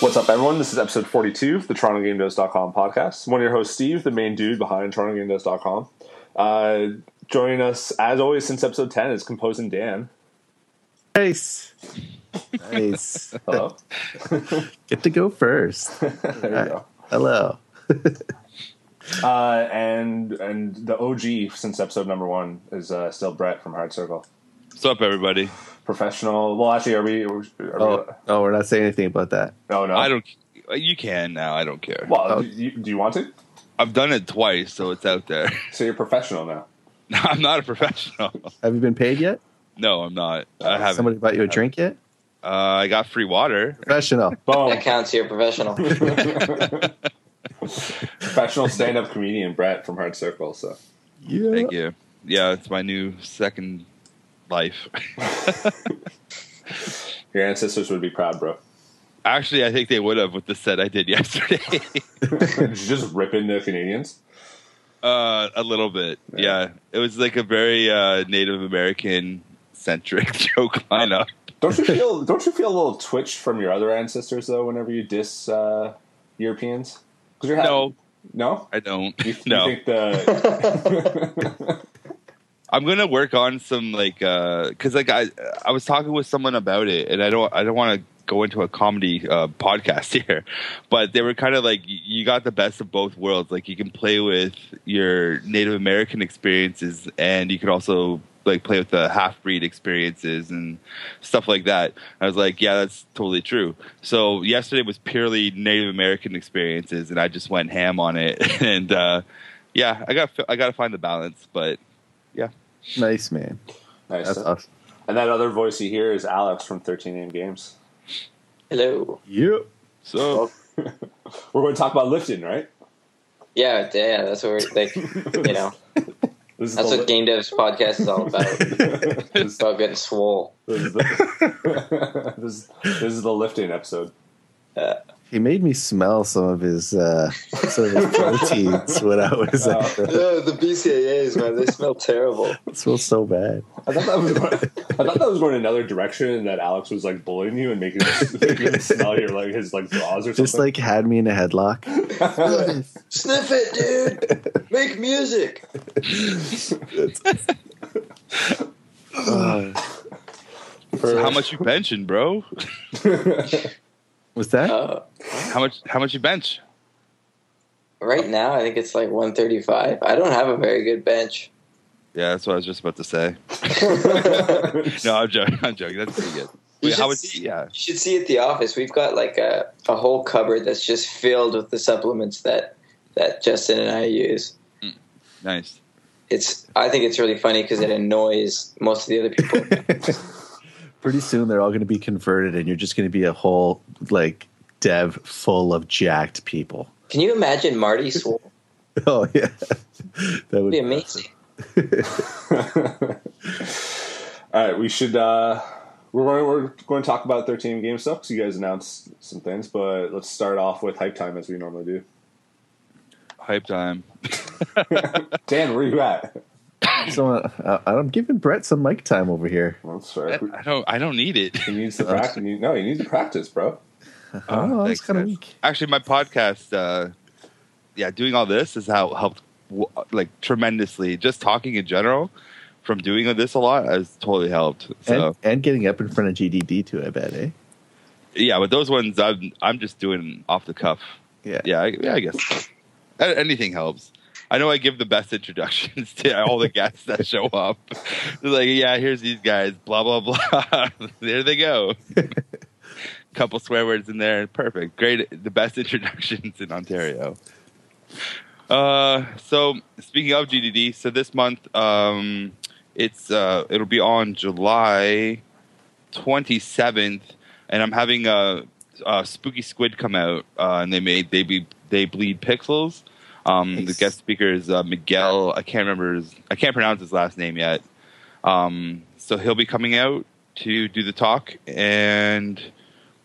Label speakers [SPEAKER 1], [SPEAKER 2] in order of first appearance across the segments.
[SPEAKER 1] What's up, everyone? This is episode 42 of the TorontoGameDose.com podcast. One of your hosts, Steve, the main dude behind TorontoGameDose.com. Uh, joining us, as always, since episode 10 is Composing Dan.
[SPEAKER 2] Nice. Nice.
[SPEAKER 1] Hello.
[SPEAKER 2] Get to go first.
[SPEAKER 1] there you go.
[SPEAKER 2] Hello.
[SPEAKER 1] Uh, and and the OG since episode number one is uh, still Brett from Hard Circle.
[SPEAKER 3] What's up, everybody?
[SPEAKER 1] Professional. Well, actually, are we? Are we oh,
[SPEAKER 2] Oh, oh, we're not saying anything about that.
[SPEAKER 1] no, no.
[SPEAKER 3] I don't. You can now. I don't care.
[SPEAKER 1] Well,
[SPEAKER 2] Oh.
[SPEAKER 1] do, you, do you want to?
[SPEAKER 3] I've done it twice, so it's out there.
[SPEAKER 1] So you're professional now.
[SPEAKER 3] I'm not a professional.
[SPEAKER 2] Have you been paid yet?
[SPEAKER 3] No, I'm not. I haven't.
[SPEAKER 2] Uh, Somebody bought you a drink yet?
[SPEAKER 3] uh, I got free water.
[SPEAKER 2] Professional.
[SPEAKER 1] Boom.
[SPEAKER 4] That counts. You're a professional.
[SPEAKER 1] Professional stand-up comedian Brett from Hard Circle. So
[SPEAKER 2] Yeah.
[SPEAKER 3] Thank you. Yeah, it's my new second life.
[SPEAKER 1] your ancestors would be proud, bro.
[SPEAKER 3] Actually, I think they would have with the set I did yesterday.
[SPEAKER 1] Just ripping the Canadians.
[SPEAKER 3] uh, a little bit. Yeah, it was like a very uh, Native American centric joke lineup.
[SPEAKER 1] Don't you feel? don't you feel a little twitch from your other ancestors though? Whenever you diss uh, Europeans, because you're
[SPEAKER 3] No,
[SPEAKER 1] no.
[SPEAKER 3] I don't.
[SPEAKER 1] You, you
[SPEAKER 3] No,
[SPEAKER 1] think the
[SPEAKER 3] I'm gonna work on some like because like I I was talking with someone about it, and I don't I don't want to go into a comedy uh, podcast here, but they were kind of like y- you got the best of both worlds. Like you can play with your Native American experiences, and you could also like play with the half breed experiences and stuff like that. I was like, yeah, that's totally true. So yesterday was purely Native American experiences, and I just went ham on it. and uh, yeah, I got I got to find the balance, but.
[SPEAKER 2] Nice man.
[SPEAKER 1] nice.
[SPEAKER 2] That's awesome.
[SPEAKER 1] And that other voice you hear is Alex from 13 Name Games.
[SPEAKER 4] Hello.
[SPEAKER 2] Yep.
[SPEAKER 3] So
[SPEAKER 1] We're going to talk about Lifton, right?
[SPEAKER 4] Yeah, yeah. That's what we're like. You know,
[SPEAKER 1] This is
[SPEAKER 4] that's
[SPEAKER 1] the-
[SPEAKER 4] what Game Dev's podcast is all about. It's
[SPEAKER 1] this,
[SPEAKER 4] about getting swole.
[SPEAKER 1] this is the, this, this is the Lifton episode.
[SPEAKER 2] He made me smell some of his uh some of his proteins when I was
[SPEAKER 1] Oh.
[SPEAKER 2] at the,
[SPEAKER 4] No, the BCAAs, man, they smell terrible.
[SPEAKER 2] it smells so bad.
[SPEAKER 1] I thought that was going, I thought that was going another direction, and that Alex was like bullying you and making you- making you smell your like his like jaws or something.
[SPEAKER 2] Just like had me in a headlock.
[SPEAKER 4] Sniff it, dude. Make music.
[SPEAKER 2] Uh,
[SPEAKER 1] For-
[SPEAKER 3] how much you benching, bro?
[SPEAKER 2] was that?
[SPEAKER 4] Uh,
[SPEAKER 3] How much? How much you bench?
[SPEAKER 4] right now, I think it's like 135. I don't have a very good bench.
[SPEAKER 3] Yeah, that's what I was just about to say.
[SPEAKER 4] you
[SPEAKER 3] No, I'm joking. I'm joking. That's pretty good.
[SPEAKER 4] You
[SPEAKER 3] Wait, how
[SPEAKER 4] should
[SPEAKER 3] was?
[SPEAKER 4] see-
[SPEAKER 3] Yeah,
[SPEAKER 4] should see at the office. We've got like a, a whole cupboard that's just filled with the supplements that that Justin and I use.
[SPEAKER 3] nice.
[SPEAKER 4] It's I think it's really funny because it annoys most of the other people.
[SPEAKER 2] Pretty soon they're all going to be converted, and you're just going to be a whole like dev full of jacked people.
[SPEAKER 4] Can you imagine Marty Swole?
[SPEAKER 2] Oh yeah, that would
[SPEAKER 4] It'd be amazing.
[SPEAKER 1] All right, we should. Uh, we're going. We're going to talk about 13 game stuff because you guys announced some things, but let's start off with hype time as we normally do.
[SPEAKER 3] Hype time.
[SPEAKER 1] Dan, where you at?
[SPEAKER 2] So uh, I'm giving Brett some mic time over here.
[SPEAKER 1] Well, that's fair.
[SPEAKER 3] I I don't. I don't need it.
[SPEAKER 1] He needs to practice. No, he needs to practice, bro.
[SPEAKER 2] oh, that's
[SPEAKER 3] Ah, thanks,
[SPEAKER 2] kind of
[SPEAKER 3] guys.
[SPEAKER 2] weak.
[SPEAKER 3] Actually, my podcast. uh Yeah, doing all this is how helped w- like tremendously. Just talking in general, from doing this a lot, has totally helped. So
[SPEAKER 2] And, and getting up in front of GDD too, I bet, eh?
[SPEAKER 3] yeah, but those ones, I'm I'm just doing off the cuff.
[SPEAKER 2] Yeah.
[SPEAKER 3] yeah, I, yeah, I guess so. A- anything helps. I know I give the best introductions to all the guests that show up. They're like, yeah, here's these guys, blah blah blah. there they go. Couple swear words in there, perfect. Great, the best introductions in Ontario. Uh, so speaking of GDD, so this month, um, it's uh, it'll be on July twenty seventh, and I'm having a uh, Spooky Squid come out, uh, and they made they be they bleed pixels. Um,
[SPEAKER 2] Nice.
[SPEAKER 3] The guest speaker is uh, Miguel. I can't remember. His, I can't pronounce his last name yet. Um, so he'll be coming out to do the talk, and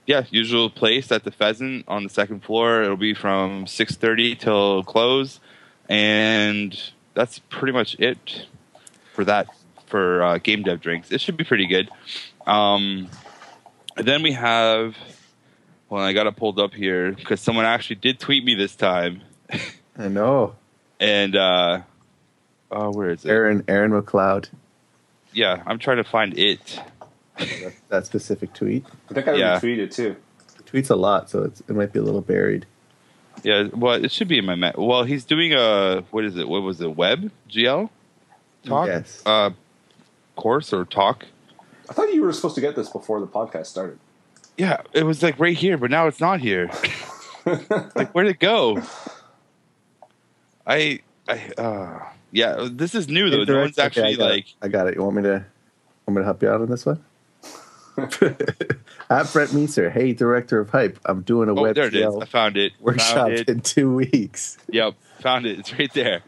[SPEAKER 3] yeah, usual place at the Pheasant on the second floor. It'll be from six thirty till close, and that's pretty much it for that for uh, game dev drinks. It should be pretty good. Um, then we have. Well, I got it pulled up here because someone actually did tweet me this time,
[SPEAKER 2] I know.
[SPEAKER 3] and uh, oh, where is it?
[SPEAKER 2] Aaron Aaron McLeod.
[SPEAKER 3] Yeah, I'm trying to find it.
[SPEAKER 2] That, that specific tweet.
[SPEAKER 1] I think I
[SPEAKER 3] Yeah.
[SPEAKER 1] retweeted too.
[SPEAKER 2] He tweets a lot, so it's, it might be a little buried.
[SPEAKER 3] Yeah, well, it should be in my ma- well. He's doing a what is it? What was it? Web GL talk
[SPEAKER 2] Yes.
[SPEAKER 3] uh, course or talk?
[SPEAKER 1] I thought you were supposed to get this before the podcast started.
[SPEAKER 3] Yeah, it was like right here, but now it's not here. like, where'd it go? I, I, uh, yeah, this is new though. No one's
[SPEAKER 2] Okay,
[SPEAKER 3] actually
[SPEAKER 2] I got it.
[SPEAKER 3] like,
[SPEAKER 2] I got it. You want me to want me to help you out on this one? At Brett Meeser, hey director of hype, I'm doing a
[SPEAKER 3] oh,
[SPEAKER 2] web
[SPEAKER 3] there it is. I found it.
[SPEAKER 2] workshop
[SPEAKER 3] Found it.
[SPEAKER 2] in two weeks.
[SPEAKER 3] Yep, found it. It's right there.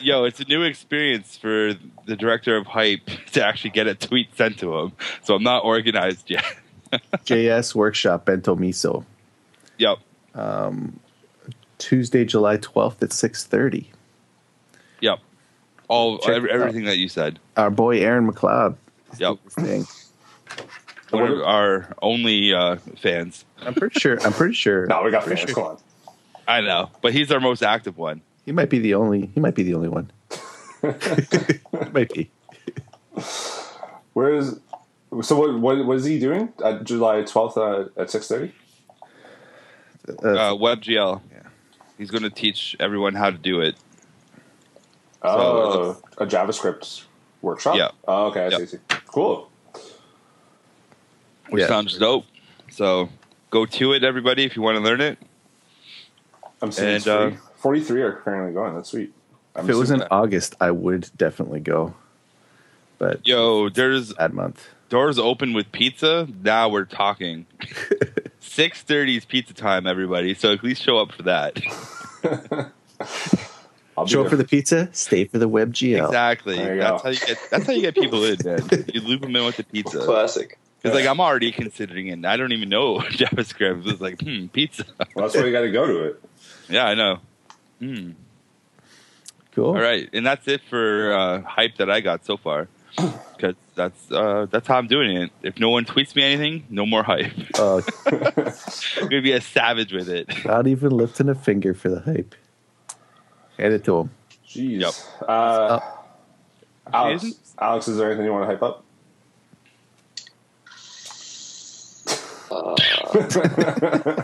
[SPEAKER 3] Yo, it's a new experience for the director of hype to actually get a tweet sent to him. So I'm not organized yet.
[SPEAKER 2] JS workshop bento miso.
[SPEAKER 3] Yep.
[SPEAKER 2] Tuesday, July twelfth at six thirty.
[SPEAKER 3] Yep. All
[SPEAKER 2] Check
[SPEAKER 3] every,
[SPEAKER 2] it out.
[SPEAKER 3] everything that you said.
[SPEAKER 2] Our boy Aaron McLeod. is
[SPEAKER 3] Yep.
[SPEAKER 2] doing his thing.
[SPEAKER 3] One of our only uh, fans.
[SPEAKER 2] I'm pretty sure. I'm pretty sure
[SPEAKER 1] No, we got fans. Come on.
[SPEAKER 3] I know, but he's our most active one.
[SPEAKER 2] he might be the only. He might be the only one. might be.
[SPEAKER 1] Where is? So what? What, what is he doing? Uh, July twelfth uh, at six thirty.
[SPEAKER 2] Uh,
[SPEAKER 3] Uh, WebGL.
[SPEAKER 2] Yeah.
[SPEAKER 3] He's going to teach everyone how to do it.
[SPEAKER 1] Oh, a JavaScript workshop.
[SPEAKER 3] Yeah.
[SPEAKER 1] Oh, okay. I
[SPEAKER 3] Yeah.
[SPEAKER 1] see, see. Cool.
[SPEAKER 3] Which
[SPEAKER 2] Yeah.
[SPEAKER 3] sounds dope. So go to it, everybody, if you want to learn it.
[SPEAKER 1] I'm seeing it's
[SPEAKER 3] And,
[SPEAKER 1] free. forty three are currently going. That's sweet. I'm
[SPEAKER 2] uh, if it was in
[SPEAKER 1] assuming that-
[SPEAKER 2] August, I would definitely go. But
[SPEAKER 3] Yo, there's
[SPEAKER 2] that month.
[SPEAKER 3] doors open with pizza. Now we're talking. Six thirty is pizza time, everybody. So at least show up for that.
[SPEAKER 1] I'll be
[SPEAKER 2] Show
[SPEAKER 1] there.
[SPEAKER 2] up for the pizza, stay for the web GL.
[SPEAKER 3] Exactly.
[SPEAKER 1] There you
[SPEAKER 3] That's
[SPEAKER 1] go.
[SPEAKER 3] how you get. That's how you get people in, man. You loop them in with the pizza.
[SPEAKER 4] Classic.
[SPEAKER 3] Because like I'm already considering it. and I don't even know JavaScript. It's like hmm, pizza.
[SPEAKER 1] Well, that's where you got to go to it.
[SPEAKER 3] yeah, I know. Hmm.
[SPEAKER 2] Cool.
[SPEAKER 3] All right, and that's it for uh, hype that I got so far. Because that's uh, that's how I'm doing it. If no one tweets me anything, no more hype.
[SPEAKER 2] Uh,
[SPEAKER 3] I'm gonna be a savage with it.
[SPEAKER 2] not even lifting a finger for the hype. Hand it to him.
[SPEAKER 1] Jeez.
[SPEAKER 3] Yep.
[SPEAKER 1] Uh, Alex,
[SPEAKER 3] Jason?
[SPEAKER 1] Alex, is there anything you want to hype up?
[SPEAKER 4] Uh,
[SPEAKER 1] Uh.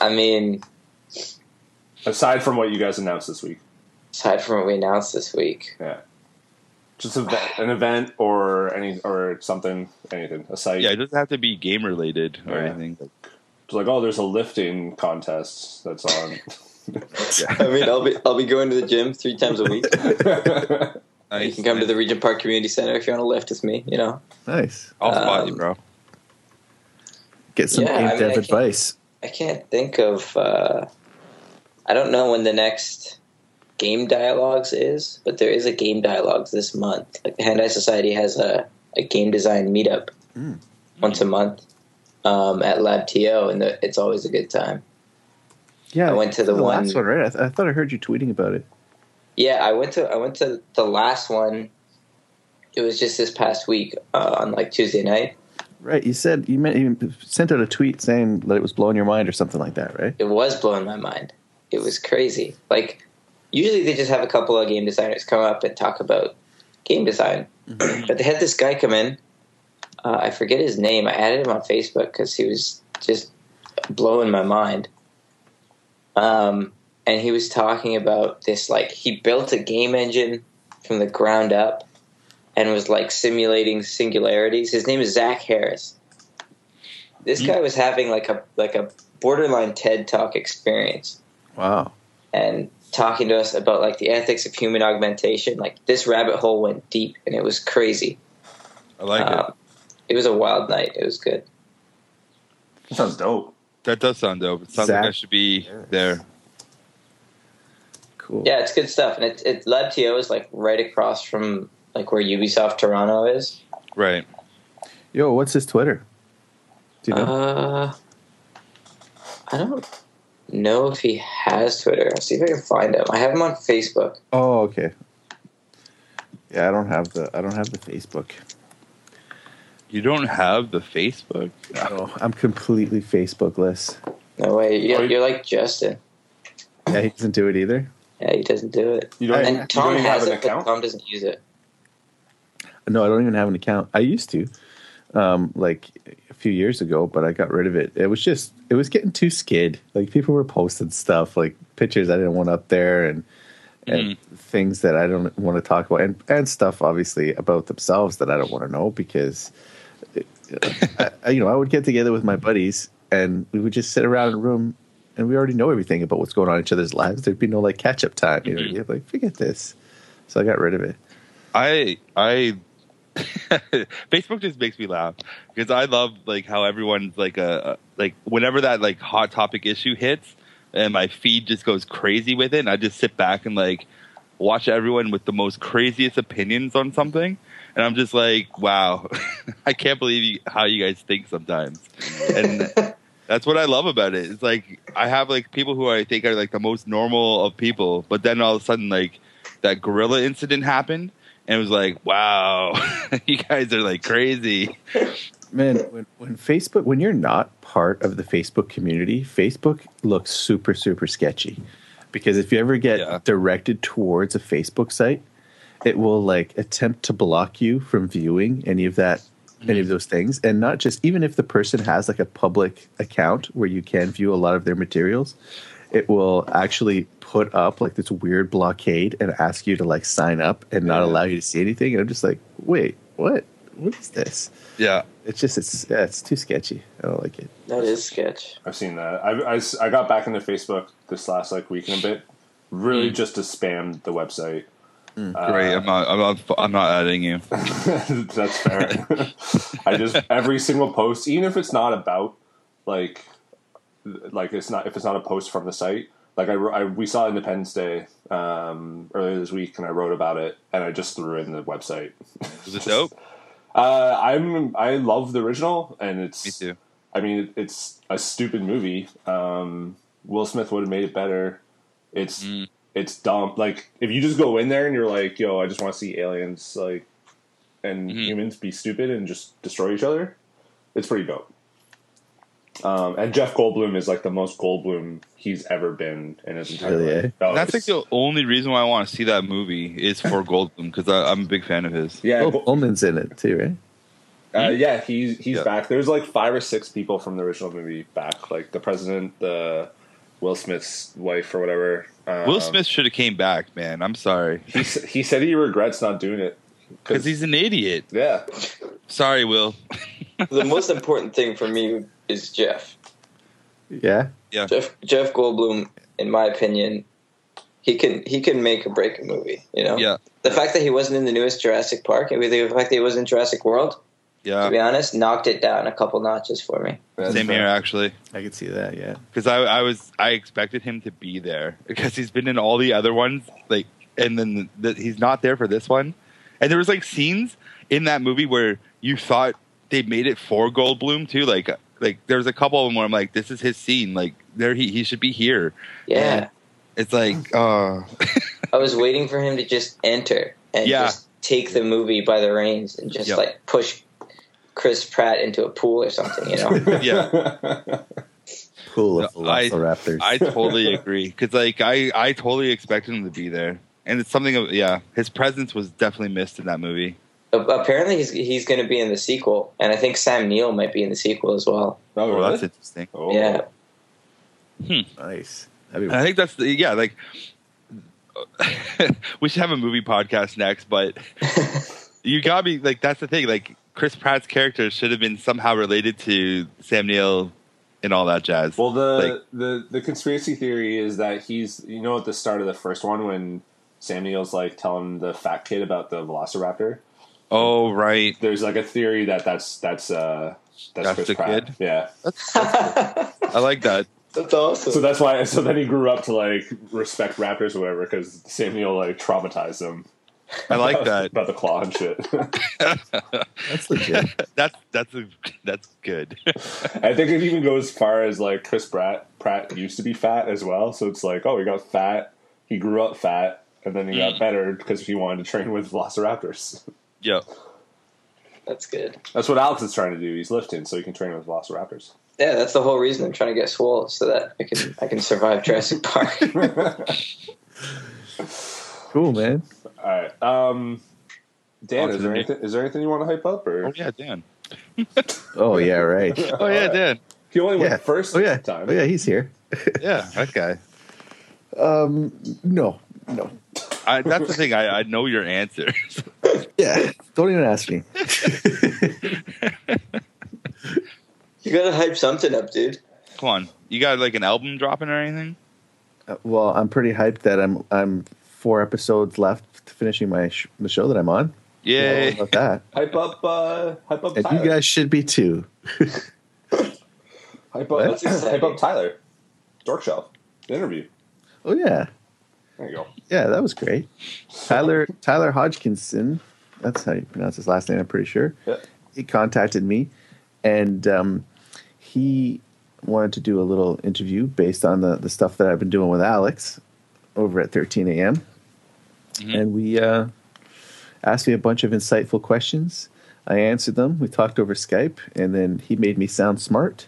[SPEAKER 4] I mean,
[SPEAKER 1] Aside from what you guys announced this week,
[SPEAKER 4] aside from what we announced this week,
[SPEAKER 1] yeah. Just a, an event or any or something, anything. A site.
[SPEAKER 3] Yeah, it doesn't have to be game related or
[SPEAKER 1] Yeah.
[SPEAKER 3] anything.
[SPEAKER 1] It's like, oh, there's a lifting contest that's on.
[SPEAKER 4] I mean, I'll be I'll be going to the gym three times a week. You
[SPEAKER 3] Nice,
[SPEAKER 4] can come to
[SPEAKER 3] nice.
[SPEAKER 4] the Regent Park Community Center if you want to lift with me. You know,
[SPEAKER 2] Nice.
[SPEAKER 3] I'll spot you,
[SPEAKER 4] um,
[SPEAKER 3] bro.
[SPEAKER 2] Get some
[SPEAKER 4] Yeah,
[SPEAKER 2] game
[SPEAKER 4] I mean, I
[SPEAKER 2] dev
[SPEAKER 4] can-
[SPEAKER 2] advice.
[SPEAKER 4] I can't think of. Uh, I don't know when the next game dialogues is, but there is a game dialogues this month. Like the Hand Eye Society has a, a game design meetup once a month um, at Lab TO, and the, it's always a good time.
[SPEAKER 2] Yeah,
[SPEAKER 4] I went to the one-
[SPEAKER 2] last one, right? I, th- I thought I heard you tweeting about it.
[SPEAKER 4] Yeah, I went to I went to the last one. It was just this past week uh, on like Tuesday night.
[SPEAKER 2] Right, you said you, meant, you sent out a tweet saying that it was blowing your mind or something like that, right?
[SPEAKER 4] It was blowing my mind. It was crazy. Like usually they just have a couple of game designers come up and talk about game design, but they had this guy come in. Uh, I forget his name. I added him on Facebook because he was just blowing my mind. Um, and he was talking about this like he built a game engine from the ground up and was like simulating singularities. His name is Zach Harris. This guy was having like a like a borderline TED Talk experience
[SPEAKER 2] Wow.
[SPEAKER 4] and talking to us about like the ethics of human augmentation. Like this rabbit hole went deep and it was crazy.
[SPEAKER 3] I like it.
[SPEAKER 4] Um, it was a wild night. It was good.
[SPEAKER 1] That sounds dope.
[SPEAKER 3] That does sound dope. It sounds like
[SPEAKER 2] Zach-
[SPEAKER 3] I should be there.
[SPEAKER 2] Cool.
[SPEAKER 4] Yeah, it's good stuff. And it, it LabTO is like right across from like where Ubisoft Toronto is.
[SPEAKER 3] Right.
[SPEAKER 2] Yo, what's his Twitter? Do you know?
[SPEAKER 4] Uh, I don't know if he has Twitter. I'll see if I can find him. I have him on Facebook.
[SPEAKER 2] oh, okay. Yeah, I don't have the I don't have the Facebook.
[SPEAKER 3] You don't have the Facebook.
[SPEAKER 2] No, I'm completely Facebookless.
[SPEAKER 4] No way.
[SPEAKER 1] Oh,
[SPEAKER 4] You're,
[SPEAKER 1] you-
[SPEAKER 4] you're like Justin.
[SPEAKER 2] Yeah, he doesn't do it either.
[SPEAKER 4] Yeah, he doesn't do it.
[SPEAKER 1] You don't, you
[SPEAKER 4] And Tom
[SPEAKER 1] don't even
[SPEAKER 4] has
[SPEAKER 1] have an
[SPEAKER 4] it, but
[SPEAKER 1] account.
[SPEAKER 4] Tom doesn't use it.
[SPEAKER 2] No, I don't even have an account. I used to, um, like a few years ago, but I got rid of it. It was just it was getting too skid. Like people were posting stuff, like pictures I didn't want up there, and and things that I don't want to talk about, and and stuff obviously about themselves that I don't want to know because, uh, I, I- you know, I would get together with my buddies and we would just sit around in a room. And we already know everything about what's going on in each other's lives. There'd be no like catch up time. You know, you're like forget this. So I got rid of it.
[SPEAKER 3] I I Facebook just makes me laugh because I love like how everyone's like a like whenever that like hot topic issue hits and my feed just goes crazy with it and I just sit back and like watch everyone with the most craziest opinions on something and I'm just like wow I can't believe you, how you guys think sometimes and that's what I love about it it's like I have like people who I think are like the most normal of people but then all of a sudden like that gorilla incident happened and it was like wow you guys are like crazy
[SPEAKER 2] man when, when facebook when you're not part of the facebook community facebook looks super super sketchy because if you ever get
[SPEAKER 3] Yeah.
[SPEAKER 2] directed towards a facebook site it will like attempt to block you from viewing any of that any of
[SPEAKER 3] Mm-hmm.
[SPEAKER 2] those things and not just even if the person has like a public account where you can view a lot of their materials it will actually put up like this weird blockade and ask you to like sign up and not
[SPEAKER 3] Yeah.
[SPEAKER 2] allow you to see anything and i'm just like wait what what is this
[SPEAKER 3] yeah
[SPEAKER 2] it's just it's yeah, it's too sketchy. I don't like it.
[SPEAKER 4] That is sketch.
[SPEAKER 1] I've seen that. I, I s- I got back into Facebook this last like week and a bit, really just to spam the website.
[SPEAKER 3] Mm. great i'm not i'm not i'm not adding you
[SPEAKER 1] That's fair. I just every single post, even if it's not about like like it's not if it's not a post from the site. Like I, wr- I we saw Independence Day um, earlier this week, and I wrote about it, and I just threw in the website.
[SPEAKER 3] was it dope
[SPEAKER 1] Uh, I'm I love the original, and it's
[SPEAKER 3] me too
[SPEAKER 1] I mean, it's a stupid movie. Um, Will Smith would have made it better. It's
[SPEAKER 3] Mm.
[SPEAKER 1] it's dumb. Like if you just go in there and you're like, "Yo, I just want to see aliens like and
[SPEAKER 3] Mhm.
[SPEAKER 1] humans be stupid and just destroy each other," it's pretty dope. Um, and Jeff Goldblum is like the most Goldblum he's ever been in his entire
[SPEAKER 2] Really, eh?
[SPEAKER 1] life. Oh,
[SPEAKER 3] that's like
[SPEAKER 1] it's-
[SPEAKER 3] the only reason why i want to see that movie is for goldblum because i'm a big fan of his
[SPEAKER 1] yeah,
[SPEAKER 2] Oh,
[SPEAKER 1] Go-
[SPEAKER 2] Ullman's in it too, right?
[SPEAKER 1] Uh, yeah, he's he's
[SPEAKER 3] Hmm? Yeah.
[SPEAKER 1] back. There's like five or six people from the original movie back, like the president, the Will Smith's wife or whatever. Um,
[SPEAKER 3] will smith should have came back man i'm sorry
[SPEAKER 1] He s- he said he regrets not doing it
[SPEAKER 3] because he's an idiot
[SPEAKER 1] yeah.
[SPEAKER 3] sorry will
[SPEAKER 4] the most important thing for me is Jeff.
[SPEAKER 2] Yeah.
[SPEAKER 4] Jeff Jeff Goldblum, in my opinion, he can he can make or break a movie. You know,
[SPEAKER 3] yeah
[SPEAKER 4] the fact that he wasn't in the newest Jurassic Park, and the fact that he was in Jurassic World, to be
[SPEAKER 3] yeah
[SPEAKER 4] honest, knocked it down a couple notches for me.
[SPEAKER 1] That's
[SPEAKER 3] same
[SPEAKER 1] fair.
[SPEAKER 3] here actually
[SPEAKER 2] I could see that. Yeah.
[SPEAKER 3] because I, I was I expected him to be there because he's been in all the other ones like and then the, he's not there for this one and there was like scenes in that movie where you thought they made it for Goldblum too like like there's a couple of them where I'm like this is his scene like there he he should be here
[SPEAKER 4] Yeah,
[SPEAKER 3] it's like uh
[SPEAKER 4] I was waiting for him to just enter and
[SPEAKER 3] Yeah.
[SPEAKER 4] just take the movie by the reins and just
[SPEAKER 3] Yeah.
[SPEAKER 4] like push Chris Pratt into a pool or something. You know,
[SPEAKER 1] yeah.
[SPEAKER 2] Pool of
[SPEAKER 3] No, I-
[SPEAKER 2] Velociraptors.
[SPEAKER 3] I totally agree because like I I totally expected him to be there and it's something of yeah his presence was definitely missed in that movie
[SPEAKER 4] A- apparently he's he's going to be in the sequel, and I think Sam Neill might be in the sequel as well.
[SPEAKER 1] Oh,
[SPEAKER 3] oh
[SPEAKER 1] really?
[SPEAKER 3] that's interesting
[SPEAKER 1] Oh.
[SPEAKER 4] Yeah.
[SPEAKER 2] nice. That'd be
[SPEAKER 3] I think that's the, yeah, like we should have a movie podcast next, but you got me like that's the thing. Like Chris Pratt's character should have been somehow related to Sam Neill and all that jazz.
[SPEAKER 1] Well, the,
[SPEAKER 3] Like-
[SPEAKER 1] the the conspiracy theory is that he's you know at the start of the first one when Sam Neill's like telling the fat kid about the Velociraptor.
[SPEAKER 3] oh right.
[SPEAKER 1] There's like a theory that that's that's uh that's,
[SPEAKER 3] That's
[SPEAKER 1] Chris
[SPEAKER 3] the
[SPEAKER 1] Pratt.
[SPEAKER 3] kid?
[SPEAKER 1] Yeah.
[SPEAKER 4] That's
[SPEAKER 3] I like that.
[SPEAKER 4] awesome.
[SPEAKER 1] So that's why. So then he grew up to like respect raptors or whatever because Samuel like traumatized him.
[SPEAKER 3] I like that.
[SPEAKER 1] about the claw and shit.
[SPEAKER 2] That's legit.
[SPEAKER 3] that's that's a, that's good.
[SPEAKER 1] I think it even goes as far as like Chris Pratt. Pratt used to be fat as well, so it's like, oh, he got fat. He grew up fat, and then he
[SPEAKER 3] Mm.
[SPEAKER 1] got better because he wanted to train with Velociraptors.
[SPEAKER 3] Yo,
[SPEAKER 4] That's good.
[SPEAKER 1] That's what Alex is trying to do. He's lifting so he can train with Velociraptors.
[SPEAKER 4] Yeah, that's the whole reason I'm trying to get swole so that I can I can survive Jurassic Park.
[SPEAKER 2] Cool, man.
[SPEAKER 1] All right, um,
[SPEAKER 3] On
[SPEAKER 1] Dan,
[SPEAKER 3] to
[SPEAKER 1] is
[SPEAKER 3] the
[SPEAKER 1] there
[SPEAKER 3] new-
[SPEAKER 1] anything, is there anything you want to hype up? Or
[SPEAKER 3] oh yeah, Dan.
[SPEAKER 2] Oh yeah, right.
[SPEAKER 3] Oh yeah, Dan.
[SPEAKER 1] he only went
[SPEAKER 2] Yeah.
[SPEAKER 1] first
[SPEAKER 2] Oh yeah.
[SPEAKER 1] time.
[SPEAKER 2] Oh yeah, he's here. Um,
[SPEAKER 3] Yeah, that guy.
[SPEAKER 2] No, no.
[SPEAKER 3] I, that's the thing. I, I know your answers.
[SPEAKER 2] Yeah, don't even ask me.
[SPEAKER 4] you gotta hype something up, dude.
[SPEAKER 3] Come on, you got like an album dropping or anything?
[SPEAKER 2] Uh, well, I'm pretty hyped that I'm I'm four episodes left to finishing my sh- the show that I'm on.
[SPEAKER 3] Yay!
[SPEAKER 2] How about that.
[SPEAKER 1] Hype up, uh, hype up,
[SPEAKER 2] And
[SPEAKER 1] Tyler.
[SPEAKER 2] you guys should be too.
[SPEAKER 1] hype
[SPEAKER 2] What?
[SPEAKER 1] up, hype up, Tyler. Dorkshelf interview.
[SPEAKER 2] Oh yeah,
[SPEAKER 1] There you go.
[SPEAKER 2] yeah. That was great. Tyler Tyler Hodgkinson. That's how you pronounce his last name. I'm pretty sure.
[SPEAKER 1] Yeah.
[SPEAKER 2] he contacted me and um, he wanted to do a little interview based on the, the stuff that I've been doing with Alex over at 13 a.m. And we uh, asked me a bunch of insightful questions. I answered them. We talked over Skype, and then he made me sound smart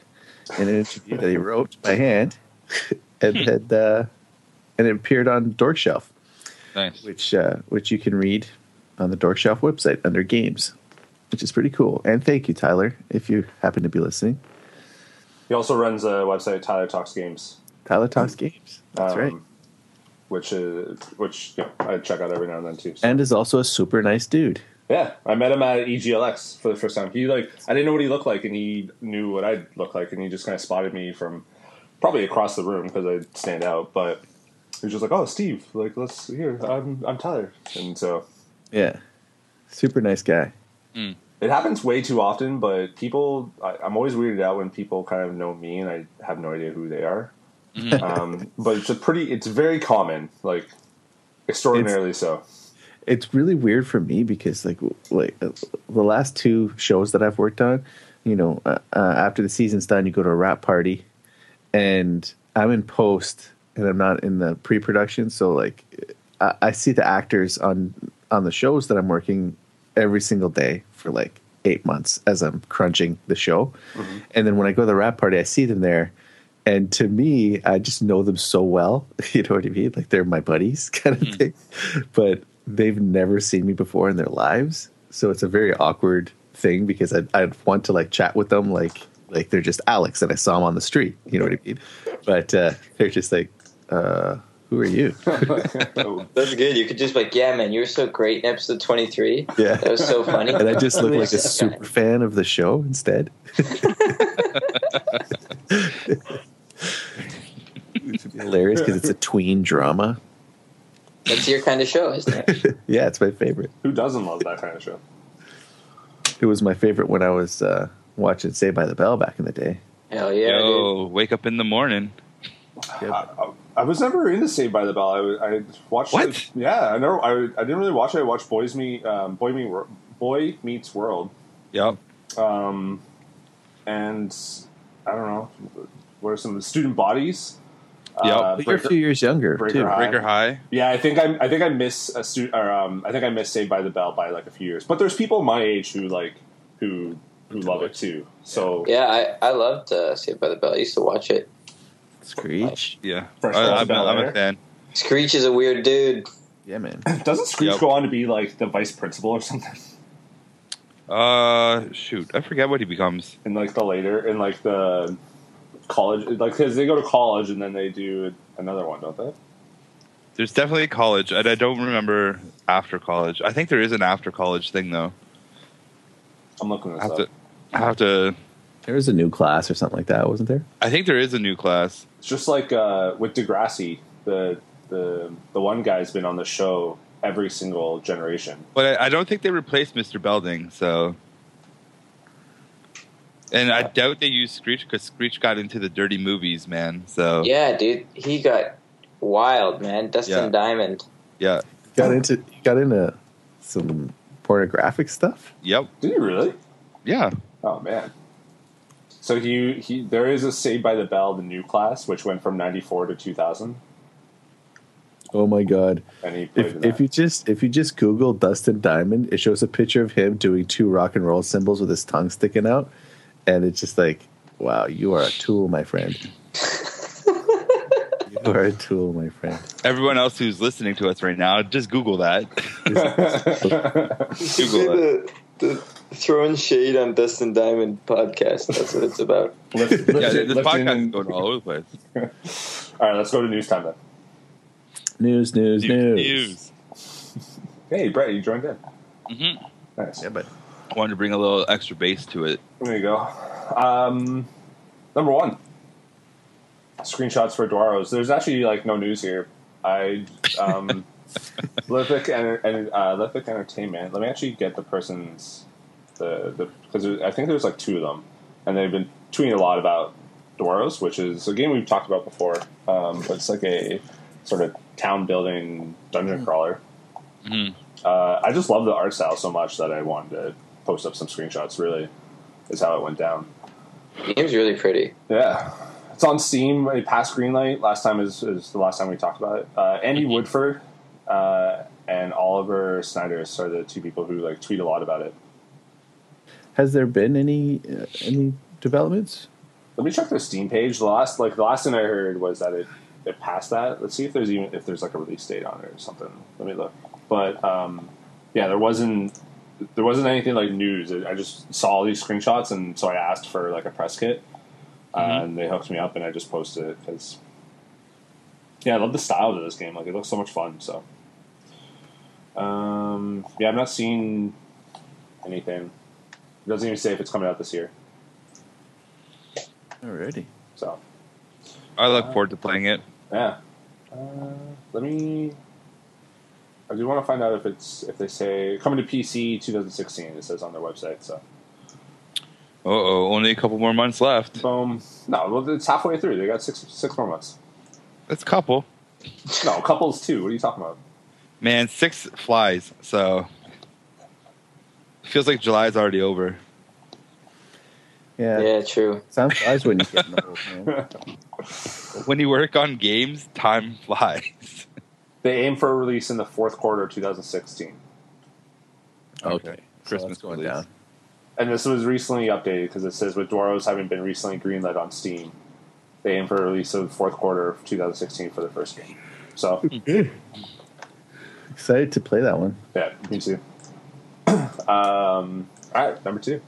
[SPEAKER 2] in an interview that he wrote by hand, and had, uh, and it appeared on Dork Shelf,
[SPEAKER 3] Nice.
[SPEAKER 2] which uh, which you can read on the Dork Shelf website under Games, which is pretty cool. And thank you, Tyler, if you happen to be listening.
[SPEAKER 1] He also runs a website, Tyler Talks Games.
[SPEAKER 2] Tyler talks games. That's
[SPEAKER 1] um,
[SPEAKER 2] right.
[SPEAKER 1] Which is which you know, I check out every now and then too. so.
[SPEAKER 2] And is also a super nice dude.
[SPEAKER 1] yeah, I met him at E EGLX for the first time. He like I didn't know what he looked like, and he knew what I looked like, and he just kind of spotted me from probably across the room because I stand out. But he was just like, "Oh, Steve, like let's here. I'm I'm Tyler," and so
[SPEAKER 2] Yeah. Super nice guy.
[SPEAKER 1] it happens way too often. But people, I, I'm always weirded out when people kind of know me and I have no idea who they are. um, but it's a pretty, it's very common, like extraordinarily so.
[SPEAKER 2] It's really weird for me because like w- like uh, the last two shows that I've worked on, you know, uh, uh, after the season's done, you go to a rap party, and I'm in post and I'm not in the pre-production, so like I, I see the actors on on the shows that I'm working every single day for like eight months as I'm crunching the show, and then when I go to the rap party, I see them there. and to me, I just know them so well. You know what I mean? Like they're my buddies, kind of thing. But they've never seen me before in their lives, so it's a very awkward thing because I'd, I'd want to like chat with them, like like they're just Alex and I saw him on the street. You know what I mean? But uh, they're just like, uh, "Who are you?"
[SPEAKER 1] Oh,
[SPEAKER 4] That's good. You could just be like, yeah, man, you were so great in episode 23.
[SPEAKER 2] Yeah.
[SPEAKER 4] That was so funny.
[SPEAKER 2] And I just look like a
[SPEAKER 4] Nice guy.
[SPEAKER 2] super fan of the show instead. It's hilarious because it's a tween drama.
[SPEAKER 4] That's your kind of show, isn't it?
[SPEAKER 2] Yeah, it's my favorite.
[SPEAKER 1] who doesn't love that kind of show?
[SPEAKER 2] It was my favorite when I was uh, watching Say by the Bell back in the day.
[SPEAKER 4] Hell yeah, dude.
[SPEAKER 3] Yo, wake up in the morning.
[SPEAKER 1] Ah, I was never into Saved by the Bell. I, was- I watched
[SPEAKER 3] What?
[SPEAKER 1] it- Yeah, I never. I, I didn't really watch it. I watched Boys Meet um, Boy Meet Wor- Boy Meets World, Um,
[SPEAKER 3] Yep.
[SPEAKER 1] and I don't know. What are some of the student bodies?
[SPEAKER 3] Yep.
[SPEAKER 1] Uh,
[SPEAKER 2] But you're a
[SPEAKER 1] Breaker-
[SPEAKER 2] few years younger
[SPEAKER 1] Breaker
[SPEAKER 2] too.
[SPEAKER 1] High.
[SPEAKER 3] Breaker High.
[SPEAKER 1] Yeah, I think I I think I miss a student or um, I think I miss Saved by the Bell by like a few years. But there's people my age who like who who love it too. So
[SPEAKER 4] Yeah, I, I loved uh, Saved by the Bell. I used to watch it.
[SPEAKER 2] Screech.
[SPEAKER 3] Yeah.
[SPEAKER 1] Fresh Prince
[SPEAKER 3] I, I'm,
[SPEAKER 1] of
[SPEAKER 3] a- I'm
[SPEAKER 1] Bel-Air.
[SPEAKER 3] a fan.
[SPEAKER 4] Screech is a weird dude.
[SPEAKER 2] Yeah, man.
[SPEAKER 1] doesn't Screech
[SPEAKER 3] Yep.
[SPEAKER 1] go on to be like the vice principal or something
[SPEAKER 3] Uh, shoot, I forget what he becomes.
[SPEAKER 1] in like the later in like the college? Like because they go to college and then they do another one, don't they?
[SPEAKER 3] There's definitely a college, and I don't remember after college. I think there is an after college thing though.
[SPEAKER 1] I'm looking this
[SPEAKER 3] I have
[SPEAKER 1] up.
[SPEAKER 3] to. I have to.
[SPEAKER 2] There was a new class or something like that, wasn't there?
[SPEAKER 3] I think there is a new class.
[SPEAKER 1] It's just like uh, with Degrassi, the the the one guy's been on the show every single generation.
[SPEAKER 3] But I, I don't think they replaced Mr. Belding, so. And I doubt they used Screech because Screech got into the dirty movies, man.
[SPEAKER 2] Oh.
[SPEAKER 3] So
[SPEAKER 4] Yeah, dude. He got wild, man. Dustin
[SPEAKER 3] Yeah.
[SPEAKER 4] Diamond.
[SPEAKER 3] yeah.
[SPEAKER 2] Got into got into some pornographic stuff.
[SPEAKER 3] Yep.
[SPEAKER 1] Did he really?
[SPEAKER 3] Yeah.
[SPEAKER 1] Oh man. So he he there is a Saved by the Bell the new class which went from ninety four to two thousand
[SPEAKER 2] Oh my god!
[SPEAKER 1] and he played in
[SPEAKER 2] If,
[SPEAKER 1] that.
[SPEAKER 2] if you just if you just Google Dustin Diamond, it shows a picture of him doing two rock and roll symbols with his tongue sticking out, and it's just like, wow, you are a tool, my friend. you are a tool, my friend.
[SPEAKER 3] Everyone else who's listening to us right now, just Google that. Google it.
[SPEAKER 4] the, the throwing shade on Dustin Diamond podcast. That's what it's about.
[SPEAKER 1] Lift- lifting-
[SPEAKER 3] Yeah, this
[SPEAKER 1] lifting-
[SPEAKER 3] podcast is going all over the place.
[SPEAKER 1] All right, let's go to news time then.
[SPEAKER 2] News, news, news.
[SPEAKER 1] Hey, Brett, you joined in.
[SPEAKER 3] Mhm.
[SPEAKER 1] Nice.
[SPEAKER 2] Yeah, but
[SPEAKER 3] I wanted to bring a little extra bass to it.
[SPEAKER 1] There you go. Um, number one, screenshots for Duaros. There's actually like no news here. I um, Lithic and, and uh, Lithic Entertainment. Let me actually get the person's the the because I think there's like two of them, and they've been tweeting a lot about Duaros, which is a game we've talked about before. Um, but it's like a sort of town building dungeon crawler.
[SPEAKER 3] Mhm.
[SPEAKER 1] Uh, I just love the art style so much that I wanted to post up some screenshots. Really, is how it went down.
[SPEAKER 4] The game's really pretty.
[SPEAKER 1] Yeah, it's on Steam. It passed Greenlight. Last time is, is the last time we talked about it. Uh, Andy Woodford uh, and Oliver Snyder's are the two people who like tweet a lot about it.
[SPEAKER 2] has there been any uh, any developments?
[SPEAKER 1] Let me check their Steam page. The last like the last thing I heard was that it it passed that. Let's see if there's even if there's like a release date on it or something. Let me look. But um, yeah, there wasn't there wasn't anything like news. I I just saw all these screenshots, and so I asked for like a press kit, uh,
[SPEAKER 3] Mhm.
[SPEAKER 1] and they hooked me up, and I just posted it because yeah, I love the style of this game. Like it looks so much fun. So um, yeah, I've not seen anything. It doesn't even say if it's coming out this year.
[SPEAKER 2] Alrighty.
[SPEAKER 1] So.
[SPEAKER 3] I look forward to playing it.
[SPEAKER 1] Yeah. Uh, let me. I do want to find out if it's if they say coming to PC 2016. It says on their website. So
[SPEAKER 3] Uh oh, only a couple more months left.
[SPEAKER 1] boom. No, well, it's halfway through. They got six six more months.
[SPEAKER 3] That's a couple.
[SPEAKER 1] No, couples too. What are you talking about?
[SPEAKER 3] Man, six flies, so feels like July's already over.
[SPEAKER 2] Yeah.
[SPEAKER 4] Yeah, true.
[SPEAKER 2] Time flies when you get old, man.
[SPEAKER 3] When you work on games, time flies.
[SPEAKER 1] They aim for a release in the fourth quarter of 2016,
[SPEAKER 2] Okay.
[SPEAKER 3] Christmas
[SPEAKER 2] that's
[SPEAKER 3] release.
[SPEAKER 1] and this was recently updated because it says with Dwaros having been recently greenlit on Steam, they aim for a release of the fourth quarter of 2016 for the first game. So
[SPEAKER 2] Excited to play that one.
[SPEAKER 1] yeah, me too. um, all right, number two.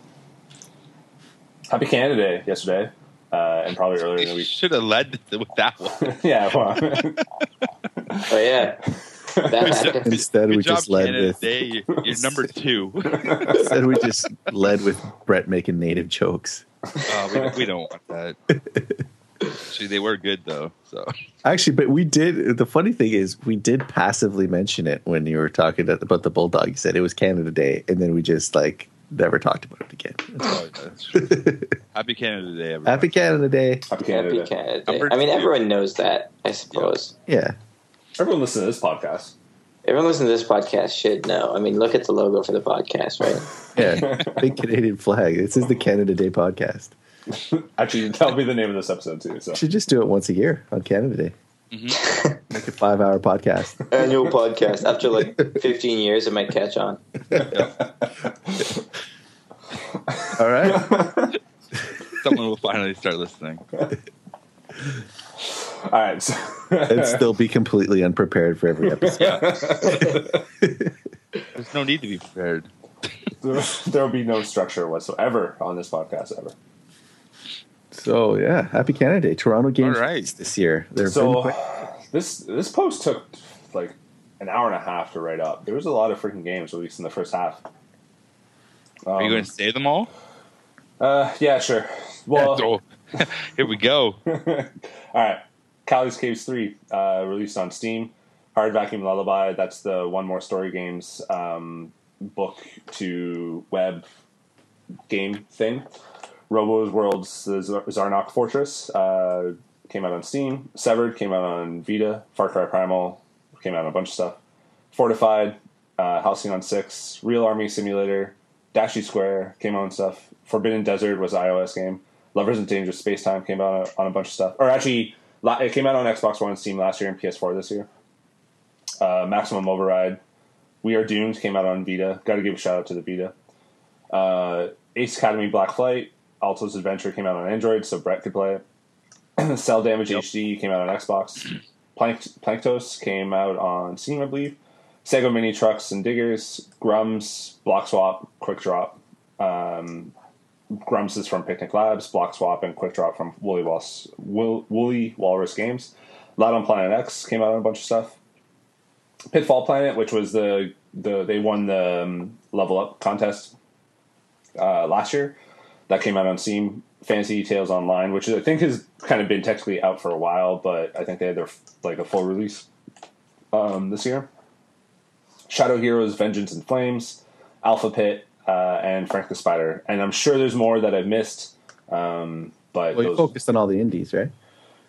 [SPEAKER 1] Happy Canada Day yesterday, uh, and probably earlier in the
[SPEAKER 3] You
[SPEAKER 1] week.
[SPEAKER 3] should have led with that one.
[SPEAKER 1] yeah, well,
[SPEAKER 4] Oh yeah, that happened.
[SPEAKER 2] Instead,
[SPEAKER 3] Good
[SPEAKER 2] we
[SPEAKER 3] job,
[SPEAKER 2] just led
[SPEAKER 3] Canada
[SPEAKER 2] with
[SPEAKER 3] Day. You're, you're number two.
[SPEAKER 2] instead we just led with Brett making native jokes.
[SPEAKER 3] Uh, we, don't- we don't want that. Actually, they were good though. So
[SPEAKER 2] Actually, but we did. The funny thing is, we did passively mention it when you were talking about the bulldog. You said it was Canada Day, and then we just like never talked about it again.
[SPEAKER 3] Oh, yeah, that's true. happy Canada Day, everyone.
[SPEAKER 2] Happy Canada Day!
[SPEAKER 1] Happy Canada
[SPEAKER 4] Happy
[SPEAKER 1] Day.
[SPEAKER 4] Canada Day.
[SPEAKER 3] Number
[SPEAKER 4] I mean,
[SPEAKER 3] two.
[SPEAKER 4] everyone knows that, I suppose.
[SPEAKER 2] Yeah,
[SPEAKER 1] Everyone listen to this podcast.
[SPEAKER 4] Everyone listening to this podcast should know. I mean, look at the logo for the podcast, right?
[SPEAKER 2] yeah. Big Canadian flag. This is the Canada Day podcast.
[SPEAKER 1] Actually, that'll be the name of this episode too. So
[SPEAKER 2] Should just do it once a year on Canada Day. Make a five-hour podcast.
[SPEAKER 4] Annual podcast. After like 15 years, it might catch on.
[SPEAKER 2] All right.
[SPEAKER 3] Someone will finally start listening.
[SPEAKER 1] all right, so
[SPEAKER 2] and still be completely unprepared for every episode.
[SPEAKER 3] There's no need to be prepared.
[SPEAKER 1] there will be no structure whatsoever on this podcast ever.
[SPEAKER 2] So yeah, happy Canada Day. Toronto games
[SPEAKER 3] All right. uh,
[SPEAKER 2] released this year. They're
[SPEAKER 1] So this this post took like an hour and a half to write up. There was a lot of freaking games released in the first half.
[SPEAKER 3] Are you
[SPEAKER 1] Um,
[SPEAKER 3] going to say them all?
[SPEAKER 1] Uh, yeah, sure. Well, all
[SPEAKER 3] Oh, here we go.
[SPEAKER 1] right. Callie's Caves Three uh, released on Steam. Hard Vacuum Lullaby. That's the One More Story Games um, book to web game thing. Robo's World's the Zar- Zarnok Fortress uh, came out on Steam. Severed came out on Vita. Far Cry Primal came out on a bunch of stuff. Fortified uh, Halcyon on Six, Real Army Simulator, Dashy Square came out and stuff. Forbidden Desert was an iOS game. Lovers in Danger Space Time came out on a bunch of stuff. Or actually, la- it came out on Xbox One and Steam last year and PS4 this year. Uh, Maximum Override, We Are Doomed came out on Vita. Got to give a shout out to the Vita. Uh, Ace Academy Black Flight, Alto's Adventure came out on Android, so Brett could play it. Cell Damage
[SPEAKER 3] Yep.
[SPEAKER 1] HD came out on Xbox. Plank- Planktos came out on Steam, I believe. Sego Mini Trucks and Diggers, Grums, Block Swap, Quick Drop. Um, Grumps is from Picnic Labs, Block Swap, and Quick Drop from Woolly, Wals- Wool- Woolly Walrus Games. Loud on Planet X came out on a bunch of stuff. Pitfall Planet, which was the the they won the um, level up contest uh, last year, that came out on Steam. Fantasy Tales Online, which is, I think has kind of been technically out for a while, but I think they had their like a full release um, this year. Shadow Heroes, Vengeance and Flames, Alpha Pit, uh, and Frank the Spider. And I'm sure there's more that I've missed. Um, but
[SPEAKER 2] Well, you
[SPEAKER 1] those-
[SPEAKER 2] focused on all the indies, right?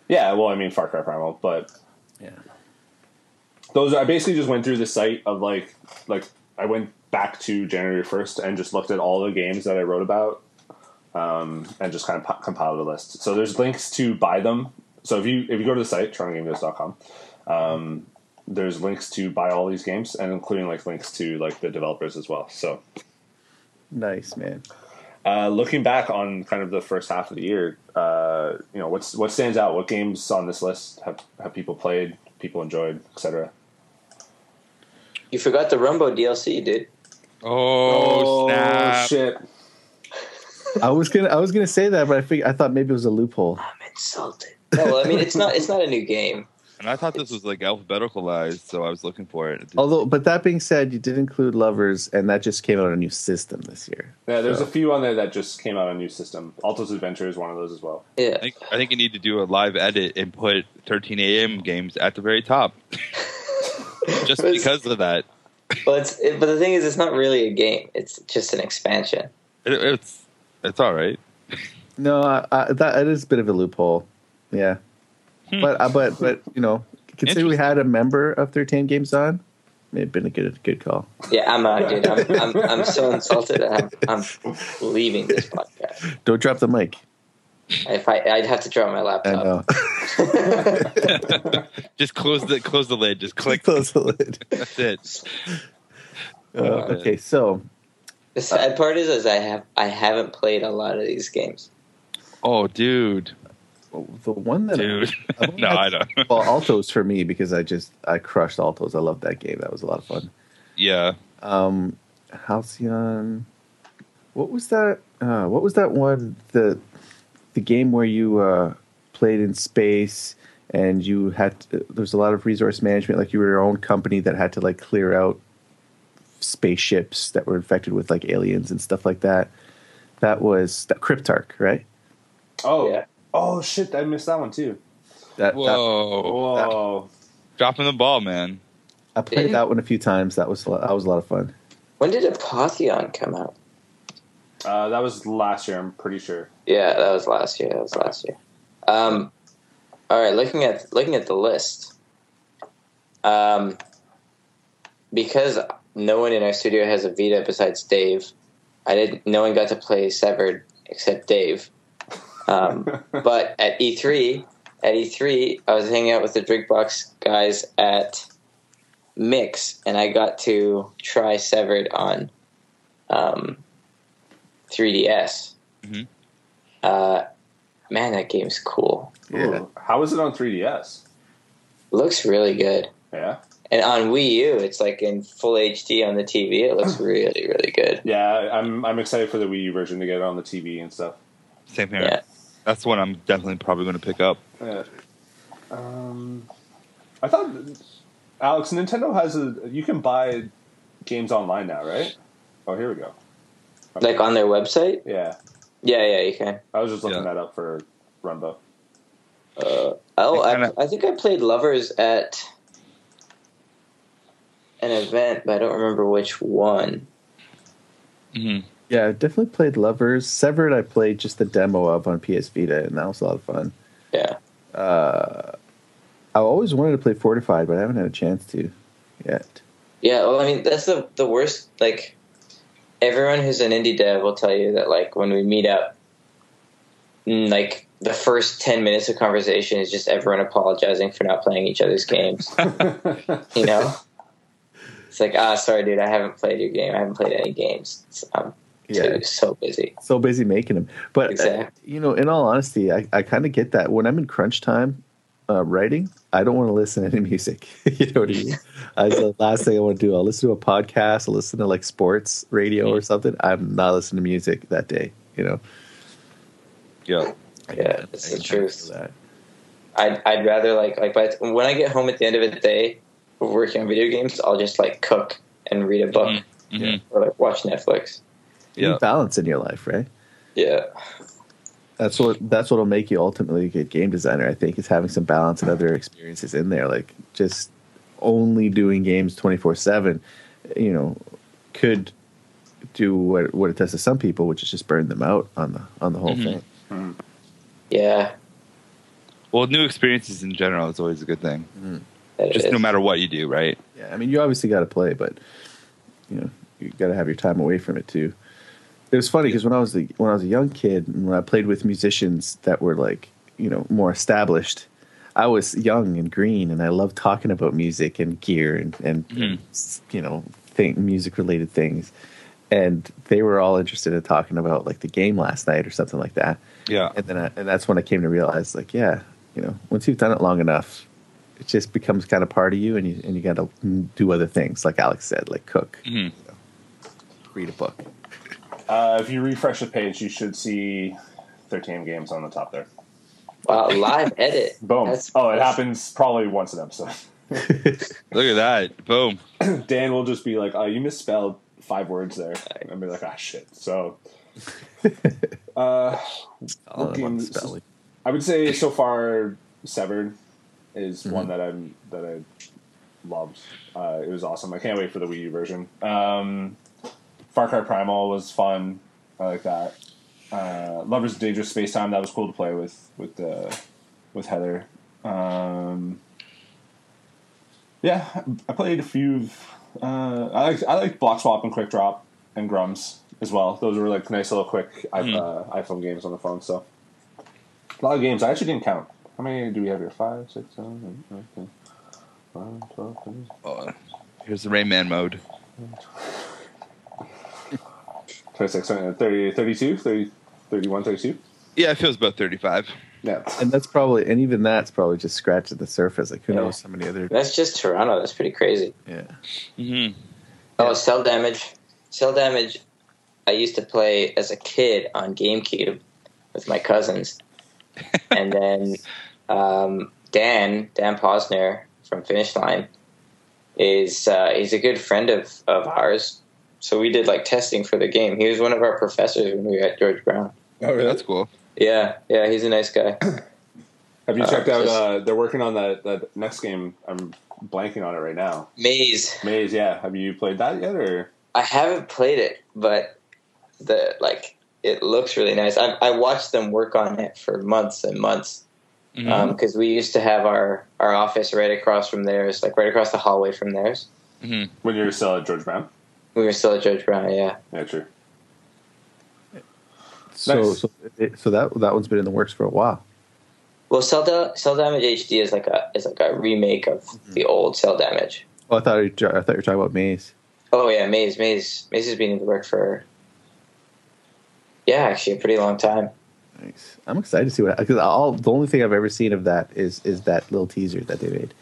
[SPEAKER 1] yeah, well, I mean Far Cry Primal, but
[SPEAKER 2] Yeah.
[SPEAKER 1] those I basically just went through the site of like like I went back to January first and just looked at all the games that I wrote about, um, and just kind of po- compiled a list. So there's links to buy them. So if you if you go to the site torontogamedev.com, um, there's links to buy all these games and including like links to like the developers as well. So
[SPEAKER 2] Nice man.
[SPEAKER 1] uh, looking back on kind of the first half of the year, uh, you know what's what stands out? What games on this list have have people played, people enjoyed, etc.
[SPEAKER 4] You forgot the Rumbo DLC, dude.
[SPEAKER 3] Oh, snap!
[SPEAKER 1] shit!
[SPEAKER 2] I was gonna I was gonna say that, but I figured, I thought maybe it was a loophole.
[SPEAKER 4] I'm insulted. No, well, I mean it's not it's not a new game.
[SPEAKER 3] And I thought this was like alphabeticalized, so I was looking for it.
[SPEAKER 2] Although, but that being said, you did include lovers, and that just came out on a new system this year.
[SPEAKER 1] Yeah, there's
[SPEAKER 2] So-
[SPEAKER 1] a few on there that just came out on new system. Alto's Adventure is one of those as well.
[SPEAKER 4] Yeah.
[SPEAKER 3] I think, I think you need to do a live edit and put 13 a.m. games at the very top, just
[SPEAKER 4] It's-
[SPEAKER 3] because of that.
[SPEAKER 4] Well, it's it, but the thing is, it's not really a game. It's just an expansion.
[SPEAKER 3] It, it's it's all right.
[SPEAKER 2] No, I, I, that it is a bit of a loophole. Yeah, but uh, but but you know, considering we
[SPEAKER 3] Hmm.
[SPEAKER 2] had
[SPEAKER 3] Interesting.
[SPEAKER 2] a member of Thirteen Games on, may have been a good good call.
[SPEAKER 4] Yeah, I'm out, dude. I'm I'm, I'm so insulted. I'm, I'm leaving this podcast.
[SPEAKER 2] Don't drop the mic.
[SPEAKER 4] If I I'd have to drop
[SPEAKER 2] I
[SPEAKER 4] my
[SPEAKER 3] Uh,
[SPEAKER 4] laptop.
[SPEAKER 2] know.
[SPEAKER 3] Just close the close the lid. Just click.
[SPEAKER 2] Close the lid.
[SPEAKER 3] That's it. Oh,
[SPEAKER 2] Uh, okay, so
[SPEAKER 4] The sad part is, is I have I haven't played a lot of these games.
[SPEAKER 3] Oh, dude,
[SPEAKER 2] the one that
[SPEAKER 3] dude.
[SPEAKER 2] I've only
[SPEAKER 3] no,
[SPEAKER 2] had-
[SPEAKER 3] I don't.
[SPEAKER 2] well, Altos for me because I just I crushed Altos. I loved that game. That was a lot of fun.
[SPEAKER 3] Yeah,
[SPEAKER 2] Um, Halcyon. What was that? Uh, what was that one? The the game where you uh, played in space and you had to, there was a lot of resource management. Like you were your own company that had to like clear out spaceships that were infected with like aliens and stuff like that. That was that Cryptarch, right?
[SPEAKER 1] Oh,
[SPEAKER 4] Yeah.
[SPEAKER 1] oh shit! I missed that one too.
[SPEAKER 2] That, that
[SPEAKER 3] Whoa.
[SPEAKER 1] Whoa!
[SPEAKER 3] Dropping the ball, man.
[SPEAKER 2] I played that one a few times. That was a lot, that was a lot of fun.
[SPEAKER 4] When did Apotheon come out?
[SPEAKER 1] Uh, that was last year. I'm pretty sure.
[SPEAKER 4] Yeah, that was last year. That was last year. Um, all right, looking at looking at the list, um, because no one in our studio has a Vita besides Dave. I didn't. No one got to play Severed except Dave. Um, but at E3, at E3, I was hanging out with the Drinkbox guys at Mix, and I got to try Severed on um, 3DS uh, man, that game's cool.
[SPEAKER 2] Yeah.
[SPEAKER 1] Ooh, How is it on 3ds?
[SPEAKER 4] Looks really good.
[SPEAKER 1] Yeah,
[SPEAKER 4] And on Wii U, it's like in full HD on the TV. It looks really, really good.
[SPEAKER 1] yeah. I'm I'm excited for the Wii U version to get it on the TV and stuff.
[SPEAKER 3] Same here.
[SPEAKER 4] Yeah.
[SPEAKER 3] That's one I'm definitely probably going to pick up.
[SPEAKER 1] Yeah. Uh, Um, I thought Alex Nintendo has a. You can buy games online now, right? Oh, here we go.
[SPEAKER 4] Like on their website?
[SPEAKER 1] Yeah,
[SPEAKER 4] Yeah, yeah, you can.
[SPEAKER 1] I was just looking
[SPEAKER 3] Yeah.
[SPEAKER 1] that up for Rumbo.
[SPEAKER 4] Uh, oh,
[SPEAKER 3] I
[SPEAKER 4] I,
[SPEAKER 3] kinda-
[SPEAKER 4] I think I played Lovers at an event, but I don't remember which one.
[SPEAKER 3] hmm
[SPEAKER 2] Yeah, I definitely played Lovers. Severed, I played just the demo of on PS Vita, and that was a lot of fun.
[SPEAKER 4] Yeah.
[SPEAKER 2] Uh, I always wanted to play Fortified, but I haven't had a chance to yet.
[SPEAKER 4] Yeah, well, I mean, that's the the worst. Like, everyone who's an indie dev will tell you that, like, when we meet up, mm, like the first ten minutes of conversation is just everyone apologizing for not playing each other's games. you know, it's like, ah, sorry, dude, I haven't played your game. I haven't played any games. It's, I'm
[SPEAKER 2] Yeah.
[SPEAKER 4] too, so busy.
[SPEAKER 2] so busy making them. But uh,
[SPEAKER 4] Exactly.
[SPEAKER 2] you know, in all honesty, I, I kind of get that when I'm in crunch time uh, writing, I don't want to listen to any music. you know what I mean? That's the last thing I want to do. I'll listen to a podcast. I'll listen to like sports radio or something. I'm not listening to music that day. You know,
[SPEAKER 3] Yeah.
[SPEAKER 4] Yeah, that's the
[SPEAKER 2] I-
[SPEAKER 4] truth.
[SPEAKER 2] That.
[SPEAKER 4] I'd, I'd rather like like by the- when I get home at the end of the day of working on video games, I'll just like cook and read a book
[SPEAKER 3] Mhm. Mhm.
[SPEAKER 4] or like watch Netflix.
[SPEAKER 2] You
[SPEAKER 3] Yeah.
[SPEAKER 2] need balance in your life, right?
[SPEAKER 4] Yeah,
[SPEAKER 2] That's what that's what'll make you ultimately a good game designer. I think is having some balance and other experiences in there, like just only doing games twenty four seven. You know, could do what what it does to some people, which is just burn them out on the on the whole
[SPEAKER 4] Mm-hmm.
[SPEAKER 3] Mhm.
[SPEAKER 2] thing.
[SPEAKER 4] yeah,
[SPEAKER 3] Well, new experiences in general is always a good thing.
[SPEAKER 4] that it
[SPEAKER 3] Just no
[SPEAKER 4] is.
[SPEAKER 3] matter what you do, right?
[SPEAKER 2] Yeah, I mean, you obviously got to play, but you know, you got to have your time away from it too. It was funny because when I was a, when I was a young kid and when I played with musicians that were like you know more established, I was young and green and I loved talking about music and gear and and
[SPEAKER 3] Mhm.
[SPEAKER 2] s- you know thing music related things, and they were all interested in talking about like the game last night or something like that.
[SPEAKER 3] Yeah.
[SPEAKER 2] And then I, and that's when I came to realize, like, yeah, you know, once you've done it long enough, it just becomes kind of part of you, and you and you got to do other things, like Alex said, like cook,
[SPEAKER 3] Mhm.
[SPEAKER 2] read a book.
[SPEAKER 1] Uh, if you refresh the page, you should see 13 games on the top there.
[SPEAKER 4] Wow, live edit.
[SPEAKER 1] Boom.
[SPEAKER 4] That's-
[SPEAKER 1] oh, it happens probably once an episode.
[SPEAKER 3] Look at that. Boom.
[SPEAKER 1] Dan will just be like, "Oh, you misspelled five words there," and I'll be like, "Ah, shit." So, uh,
[SPEAKER 2] All
[SPEAKER 1] What
[SPEAKER 2] in one
[SPEAKER 1] games-
[SPEAKER 2] spelling.
[SPEAKER 1] I would say so far, Severed is one that I'm that I loved. Uh, it was awesome. I can't wait for the Wii U version. Um, Far Cry Primal was fun. I like that. Uh, Lovers of Dangerous Space Time that was cool to play with with uh, with Heather. Um, yeah, I played a few. Uh, I like I like Block Swap and Quick Drop and Grums as well. Those were like nice little quick i uh, iPhone games on the phone. So a lot of games. I actually didn't count. How many do we have here? Five, six, seven, eight, nine, ten, eleven, twelve, thirteen.
[SPEAKER 3] Oh, here's the Rayman mode.
[SPEAKER 1] 26, 30, 32, 30, 31, 32.
[SPEAKER 3] Yeah, it feels about 35.
[SPEAKER 1] Yeah.
[SPEAKER 2] and that's probably, and even that's probably just scratching the surface. Like who
[SPEAKER 4] Yeah.
[SPEAKER 2] knows how many other,
[SPEAKER 4] That's just Toronto. That's pretty crazy.
[SPEAKER 2] yeah,
[SPEAKER 3] hmm
[SPEAKER 4] Oh, cell damage. Cell damage. I used to play as a kid on GameCube with my cousins, and then um, Dan Dan Posner from Finish Line is uh, he's a good friend of of ours. So we did like testing for the game. He was one of our professors when we were at George Brown.
[SPEAKER 1] Oh, really?
[SPEAKER 3] That's cool.
[SPEAKER 4] Yeah, yeah, he's a nice guy.
[SPEAKER 1] Have you
[SPEAKER 4] Uh,
[SPEAKER 1] checked out?
[SPEAKER 4] just-
[SPEAKER 1] Uh, they're working on that, that next game. I'm blanking on it right now.
[SPEAKER 4] Maze.
[SPEAKER 1] Maze, yeah. Have you played that yet? Or
[SPEAKER 4] I haven't played it, but the like it looks really nice. I, I watched them work on it for months and months
[SPEAKER 3] Mhm.
[SPEAKER 4] because Um, we used to have our our office right across from theirs, like right across the hallway from theirs.
[SPEAKER 3] Mhm.
[SPEAKER 1] when you're still at George Brown?
[SPEAKER 4] We were still at George Brown, yeah.
[SPEAKER 1] Yeah, true.
[SPEAKER 2] so
[SPEAKER 1] Nice.
[SPEAKER 2] so, it, so that that one's been in the works for a while.
[SPEAKER 4] Well, Cell, da- Cell Damage HD is like a is like a remake of the old Cell Damage.
[SPEAKER 2] Oh, I thought you, I thought you were talking about Maze.
[SPEAKER 4] Oh yeah, Maze, Maze, Maze has been in the work for yeah, actually a pretty long time.
[SPEAKER 2] Nice. I'm excited to see what because all the only thing I've ever seen of that is is that little teaser that they made.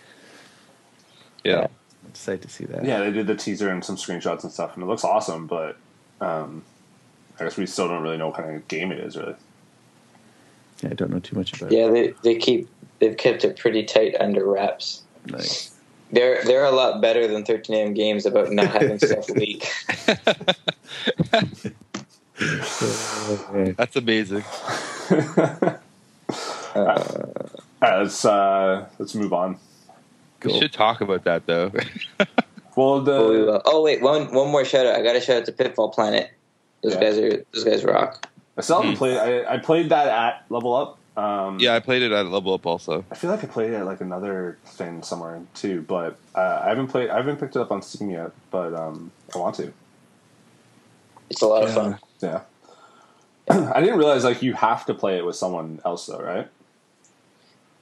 [SPEAKER 3] Yeah.
[SPEAKER 2] I'm excited to see that.
[SPEAKER 1] Yeah, they did the teaser and some screenshots and stuff, and it looks awesome. But um, I guess we still don't really know what kind of game it is, really.
[SPEAKER 2] Yeah, I don't know too much about it.
[SPEAKER 4] Yeah, they they keep they've kept it pretty tight under wraps.
[SPEAKER 2] Nice.
[SPEAKER 4] They're they're a lot better than 13am games about not having stuff leak.
[SPEAKER 2] Okay.
[SPEAKER 3] That's amazing.
[SPEAKER 4] Uh,
[SPEAKER 1] All right, let's uh, let's move on.
[SPEAKER 3] We
[SPEAKER 2] Cool.
[SPEAKER 3] should talk about that, though.
[SPEAKER 1] Well,
[SPEAKER 4] But we
[SPEAKER 1] the
[SPEAKER 4] will. Oh wait, one one more shout out. I got to shout out to Pitfall Planet. Those
[SPEAKER 1] Yeah.
[SPEAKER 4] guys are those guys rock.
[SPEAKER 1] I still haven't
[SPEAKER 3] Hmm.
[SPEAKER 1] played. I, I played that at level up Um,
[SPEAKER 3] Yeah, I played it at Level Up also.
[SPEAKER 1] I feel like I played it at like another thing somewhere too, but uh, I haven't played. I haven't picked it up on Steam yet, but um, I want to.
[SPEAKER 4] It's a lot of
[SPEAKER 3] Yeah.
[SPEAKER 4] fun.
[SPEAKER 1] Yeah. I didn't realize like you have to play it with someone else though, right?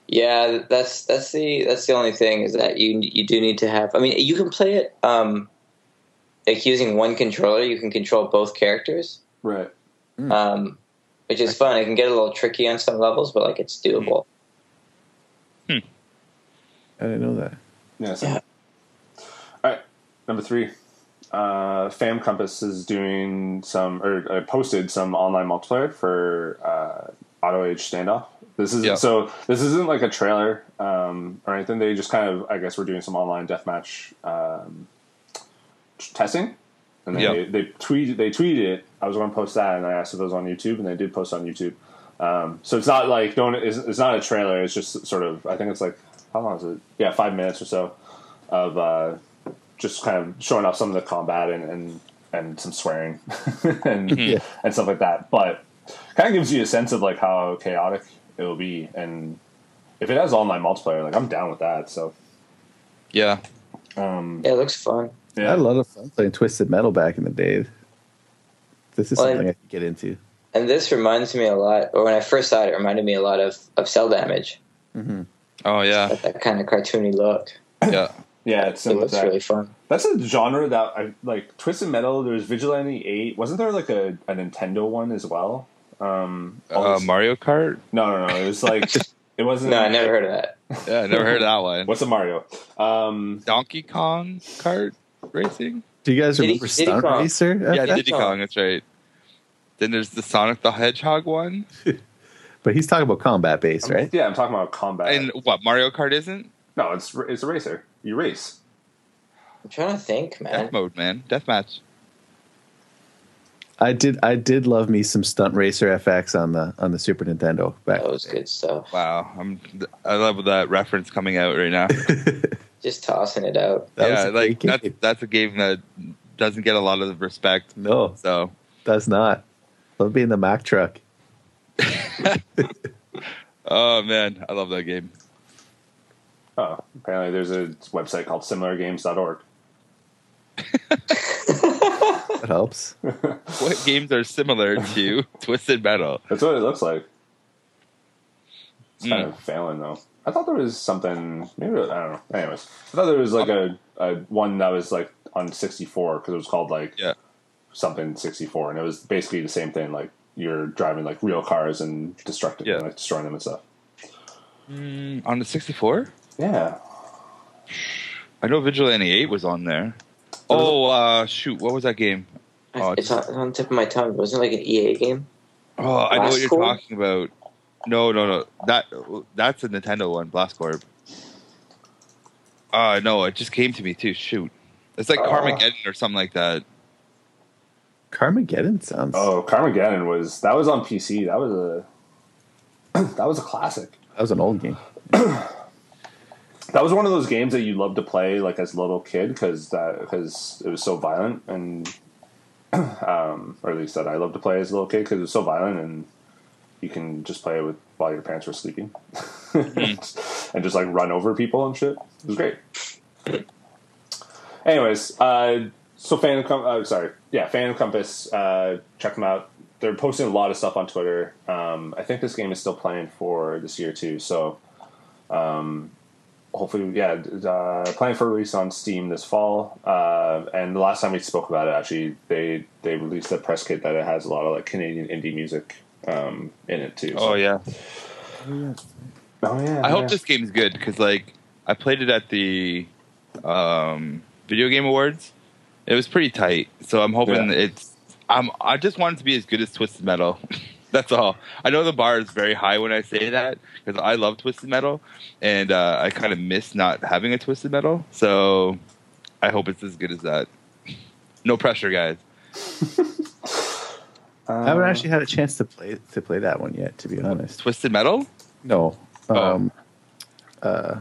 [SPEAKER 4] Yeah, that's that's the that's the only thing is that you you do need to have. I mean, you can play it um, like using one controller. You can control both characters,
[SPEAKER 1] Right. Hmm.
[SPEAKER 4] um, which is fun. It can get a little tricky on some levels, but like it's doable.
[SPEAKER 1] Hmm.
[SPEAKER 2] I didn't know that.
[SPEAKER 1] Yeah. So.
[SPEAKER 4] Yeah.
[SPEAKER 1] All right. Number three. Uh, Fam Compass is doing some or uh, posted some online multiplayer for uh, Auto Age Standoff. This is
[SPEAKER 3] Yeah.
[SPEAKER 1] so. This isn't like a trailer um, or anything. They just kind of, I guess, we're doing some online deathmatch um, testing, and they
[SPEAKER 3] Yeah.
[SPEAKER 1] they tweeted they tweeted it. I was going to post that, and I asked if it was on YouTube, and they did post on YouTube. Um, so it's not like don't it's, it's not a trailer. It's just sort of I think it's like how long is it? Yeah, five minutes or so of uh, just kind of showing off some of the combat and and, and some swearing and
[SPEAKER 2] Yeah.
[SPEAKER 1] and stuff like that. But kind of gives you a sense of like how chaotic it will be, and if it has online multiplayer, like I'm down with that. So
[SPEAKER 3] Yeah,
[SPEAKER 1] um,
[SPEAKER 4] Yeah, it looks fun.
[SPEAKER 2] I
[SPEAKER 1] yeah,
[SPEAKER 2] had a lot of fun playing Twisted Metal back in the day. This is
[SPEAKER 4] Well,
[SPEAKER 2] something
[SPEAKER 4] I-
[SPEAKER 2] I could get into.
[SPEAKER 4] And this reminds me a lot, or when I first saw it, it reminded me a lot of of Cell Damage.
[SPEAKER 3] oh
[SPEAKER 1] Ah.
[SPEAKER 3] yeah,
[SPEAKER 4] That, that kind of cartoony look.
[SPEAKER 3] yeah,
[SPEAKER 1] yeah, it's
[SPEAKER 4] It
[SPEAKER 1] similar to
[SPEAKER 4] looks
[SPEAKER 1] that.
[SPEAKER 4] really fun.
[SPEAKER 1] That's a genre that I like. Twisted Metal. There was Vigilante Eight. Wasn't there like a, a Nintendo one as well? Um, all
[SPEAKER 3] uh,
[SPEAKER 1] these-
[SPEAKER 3] Mario Kart.
[SPEAKER 1] no, no, no. It was like it wasn't.
[SPEAKER 4] No, I never heard of that.
[SPEAKER 3] Yeah, I never heard of that one.
[SPEAKER 1] What's a Mario? Um,
[SPEAKER 3] Donkey Kong kart racing?
[SPEAKER 2] Do you guys
[SPEAKER 4] Diddy-
[SPEAKER 2] remember
[SPEAKER 4] Diddy
[SPEAKER 2] Stunt
[SPEAKER 4] Kong.
[SPEAKER 2] Racer?
[SPEAKER 3] yeah,
[SPEAKER 4] that's
[SPEAKER 3] Diddy
[SPEAKER 4] not-
[SPEAKER 3] Kong. That's right. Then there's the Sonic the Hedgehog one,
[SPEAKER 2] But he's talking about combat based, right?
[SPEAKER 1] Yeah, I'm talking about combat.
[SPEAKER 3] and what Mario Kart isn't?
[SPEAKER 1] no, it's it's a racer. You race.
[SPEAKER 4] I'm trying to think, man.
[SPEAKER 2] Uh-huh.
[SPEAKER 3] Death mode, man. Death match.
[SPEAKER 2] I did. I did love me some Stunt Racer FX on the on the Super Nintendo back.
[SPEAKER 4] That was good stuff.
[SPEAKER 3] Wow, I'm I love that reference coming out right now.
[SPEAKER 4] Just tossing it out.
[SPEAKER 2] That was
[SPEAKER 3] yeah,
[SPEAKER 2] a
[SPEAKER 3] like
[SPEAKER 2] great
[SPEAKER 3] that's
[SPEAKER 2] game.
[SPEAKER 3] that's a game that doesn't get a lot of respect.
[SPEAKER 2] No,
[SPEAKER 3] So
[SPEAKER 2] does not. Love being the Mack truck.
[SPEAKER 3] Oh man, I love that game.
[SPEAKER 1] Oh, apparently there's a website called similargames.org.
[SPEAKER 2] That helps.
[SPEAKER 3] What games are similar to Twisted Metal?
[SPEAKER 1] That's what it looks like. It's kind
[SPEAKER 3] Mm.
[SPEAKER 1] of failing though. I thought there was something. Maybe I don't know. Anyways, I thought there was like a, a one that was like on 64 because it was called like
[SPEAKER 3] Yeah.
[SPEAKER 1] something 64, and it was basically the same thing. Like you're driving like real cars and destructing,
[SPEAKER 3] Yeah.
[SPEAKER 1] like destroying them and stuff.
[SPEAKER 3] Mm, on the 64?
[SPEAKER 1] Yeah.
[SPEAKER 3] I know Vigilante 8 was on there. Oh uh, shoot, what was that game? Oh,
[SPEAKER 4] I it's on, on the tip of my tongue. Wasn't it like an EA game?
[SPEAKER 3] Oh, I know what you're
[SPEAKER 4] Blastcorp?
[SPEAKER 3] talking about. No, no, no. That that's a Nintendo one, Blastcorp. Uh no, it just came to me too. Shoot. It's like
[SPEAKER 4] Oh.
[SPEAKER 3] Carmageddon or something like that.
[SPEAKER 2] Carmageddon sounds.
[SPEAKER 1] Oh, Carmageddon was that was on PC. That was a that was a classic.
[SPEAKER 2] That was an old game.
[SPEAKER 1] That was one of those games that you loved to play like as a little kid because because it was so violent and um, or at least that I loved to play as a little kid because it was so violent and you can just play it with while your parents were sleeping and just like run over people and shit. It was great. Anyways, uh, so Phantom Com- uh, sorry, yeah, Phantom Compass. Uh, check them out. They're posting a lot of stuff on Twitter. Um, I think this game is still playing for this year too. So um, hopefully, yeah, d- uh, planning for release on Steam this fall. Uh, and the last time we spoke about it, actually, they they released a press kit that it has a lot of like Canadian indie music um, in it too.
[SPEAKER 3] Oh yeah.
[SPEAKER 1] oh yeah.
[SPEAKER 3] I
[SPEAKER 1] yeah.
[SPEAKER 3] hope this game's good because like I played it at the um, video game awards. It was pretty tight, so I'm hoping
[SPEAKER 1] Yeah.
[SPEAKER 3] it's. I'm. I just want it to be as good as Twisted Metal. That's all. I know the bar is very high when I say that because I love Twisted Metal, and uh, I kind of miss not having a Twisted Metal. So I hope it's as good as that. No pressure, guys.
[SPEAKER 1] Um,
[SPEAKER 2] I
[SPEAKER 4] Uh,
[SPEAKER 2] haven't actually had a chance to play to play that one yet. To be honest,
[SPEAKER 3] Twisted Metal.
[SPEAKER 2] no.
[SPEAKER 3] Oh.
[SPEAKER 2] Um, uh,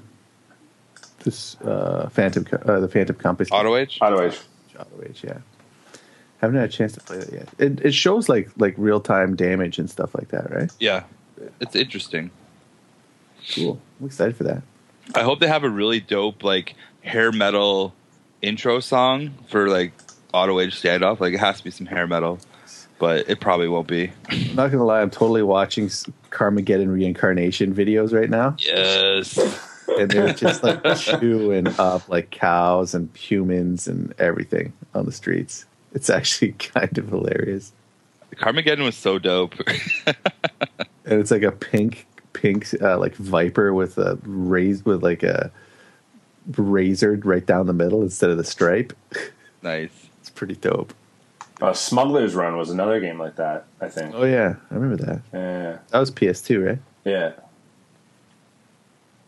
[SPEAKER 2] this uh, Phantom, Co- uh, the Phantom Compass,
[SPEAKER 3] Auto Age.
[SPEAKER 1] Auto Age.
[SPEAKER 2] Shadow Age, yeah. Haven't had a chance to play that yet. It, it shows like like real time damage and stuff like that, right?
[SPEAKER 3] Yeah. it's interesting.
[SPEAKER 2] Cool. I'm excited for that.
[SPEAKER 3] I hope they have a really dope like hair metal intro song for like Auto Age Standoff. Like it has to be some hair metal, but it probably won't be.
[SPEAKER 2] I'm not gonna lie, I'm totally watching s- Carmageddon reincarnation videos right now,
[SPEAKER 3] Yes.
[SPEAKER 2] and they're just like chewing up like cows and humans and everything on the streets. It's actually kind of hilarious,
[SPEAKER 3] Carmageddon was so dope.
[SPEAKER 2] and it's like a pink, pink uh, like viper with a raised with like a razored right down the middle instead of the stripe.
[SPEAKER 3] nice.
[SPEAKER 2] It's pretty dope.
[SPEAKER 1] Uh, Smuggler's Run was another game like that. I think.
[SPEAKER 2] Oh yeah, I remember that.
[SPEAKER 1] Yeah,
[SPEAKER 2] That was PS2, right?
[SPEAKER 1] yeah.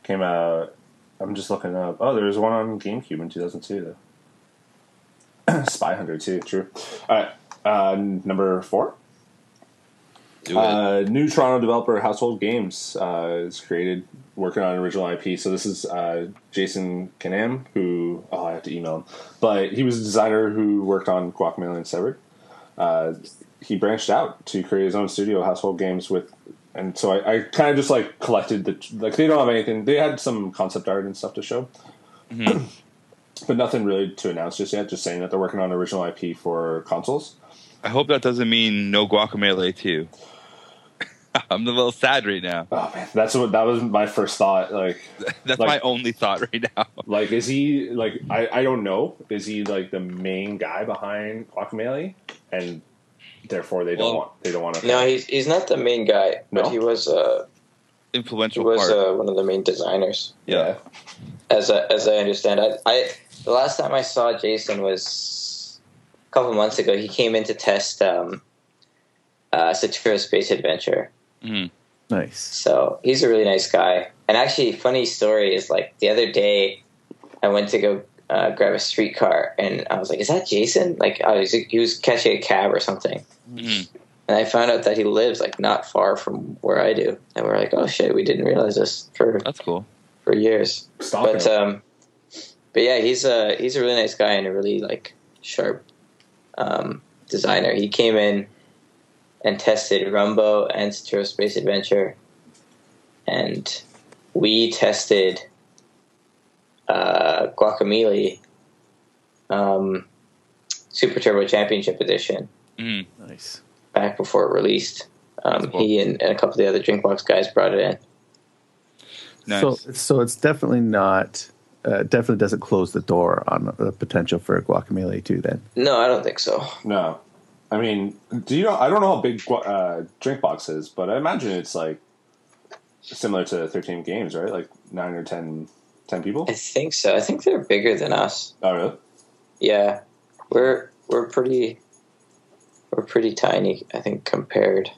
[SPEAKER 1] Came out. I'm just looking up. Oh, there was one on GameCube in 2002 though. Spy Hunter 2, true. All right, uh, number four.
[SPEAKER 3] Do it.
[SPEAKER 1] Uh, new Toronto developer Household Games uh, is created working on original IP. So this is uh, Jason Canam, who oh I have to email him, but he was a designer who worked on Guacamelee and Severed. Uh, he branched out to create his own studio, Household Games, with and so I, I kind of just like collected the like they don't have anything. They had some concept art and stuff to show, but nothing really to announce just yet. Just saying that they're working on original IP for consoles.
[SPEAKER 3] I hope that doesn't mean no guacamole too. I'm a little sad right now.
[SPEAKER 1] Oh man, that's what that was my first thought. Like
[SPEAKER 3] That's
[SPEAKER 1] Like-
[SPEAKER 3] my only thought right now.
[SPEAKER 1] Like, is he like? I, I don't know. Is he like the main guy behind Guacamole, and therefore they don't
[SPEAKER 3] Well-
[SPEAKER 1] want they don't want to.
[SPEAKER 4] No, he's he's not the main guy,
[SPEAKER 1] No?
[SPEAKER 4] but he was uh, he
[SPEAKER 3] Influential
[SPEAKER 4] was
[SPEAKER 3] part.
[SPEAKER 4] uh, one of the main designers,
[SPEAKER 3] yeah.
[SPEAKER 4] as I, as I understand. I, I the last time I saw Jason was a couple months ago. He came in to test um, uh, Satiro Space Adventure,
[SPEAKER 3] Mhm.
[SPEAKER 2] Nice.
[SPEAKER 4] So he's a really nice guy. And actually, funny story is like the other day, I went to go uh, grab a streetcar, and I was like, "Is that Jason?" Like, I was he was catching a cab or something,
[SPEAKER 3] Mhm.
[SPEAKER 4] and I found out that he lives like not far from where I do. And we are like, "Oh shit, we didn't realize this for
[SPEAKER 3] That's cool.
[SPEAKER 4] for years."
[SPEAKER 1] Stop
[SPEAKER 4] But
[SPEAKER 1] it.
[SPEAKER 4] um, but yeah, he's a he's a really nice guy and a really like sharp um, designer. He came in and tested Rumbo and Satiro Space Adventure, and we tested uh, Guacamole, um, Super Turbo Championship Edition
[SPEAKER 3] Mhm.
[SPEAKER 2] Nice.
[SPEAKER 4] back before it released. Um,
[SPEAKER 3] That's cool.
[SPEAKER 4] He and, and a couple of the other Drinkbox guys brought it in.
[SPEAKER 3] Nice.
[SPEAKER 2] So, so it's definitely not. Uh, definitely doesn't close the door on the potential for Guacamole too. Then
[SPEAKER 4] No, I don't think so.
[SPEAKER 3] uh,
[SPEAKER 1] no, I mean, do you? Know, I don't know how big Gua- uh, drink box is, but I imagine it's like similar to thirteen games, right? Like nine or 10, 10 people.
[SPEAKER 4] I think so. I think they're bigger than us.
[SPEAKER 1] Oh, really?
[SPEAKER 4] Yeah, we're we're pretty we're pretty tiny, I think, compared.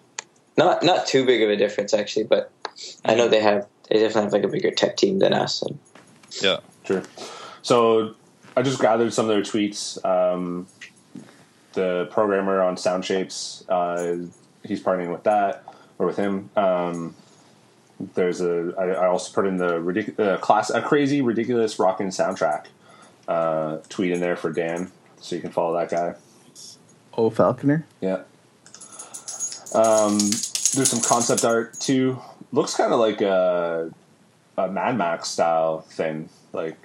[SPEAKER 4] Not not too big of a difference actually, but I
[SPEAKER 1] Mm-hmm.
[SPEAKER 4] know they have they definitely have like a bigger tech team than us. And
[SPEAKER 3] yeah.
[SPEAKER 1] Sure. So I just gathered some of their tweets. Um, the programmer on Soundshapes, uh, he's partnering with that or with him. Um, there's a. I, I also put in the ridic- uh, class a crazy ridiculous rockin' soundtrack uh, tweet in there for Dan, so you can follow that guy.
[SPEAKER 2] oh Falconer,
[SPEAKER 1] Yeah. Um, there's some concept art too. Looks kind of like a, a Mad Max style thing. Like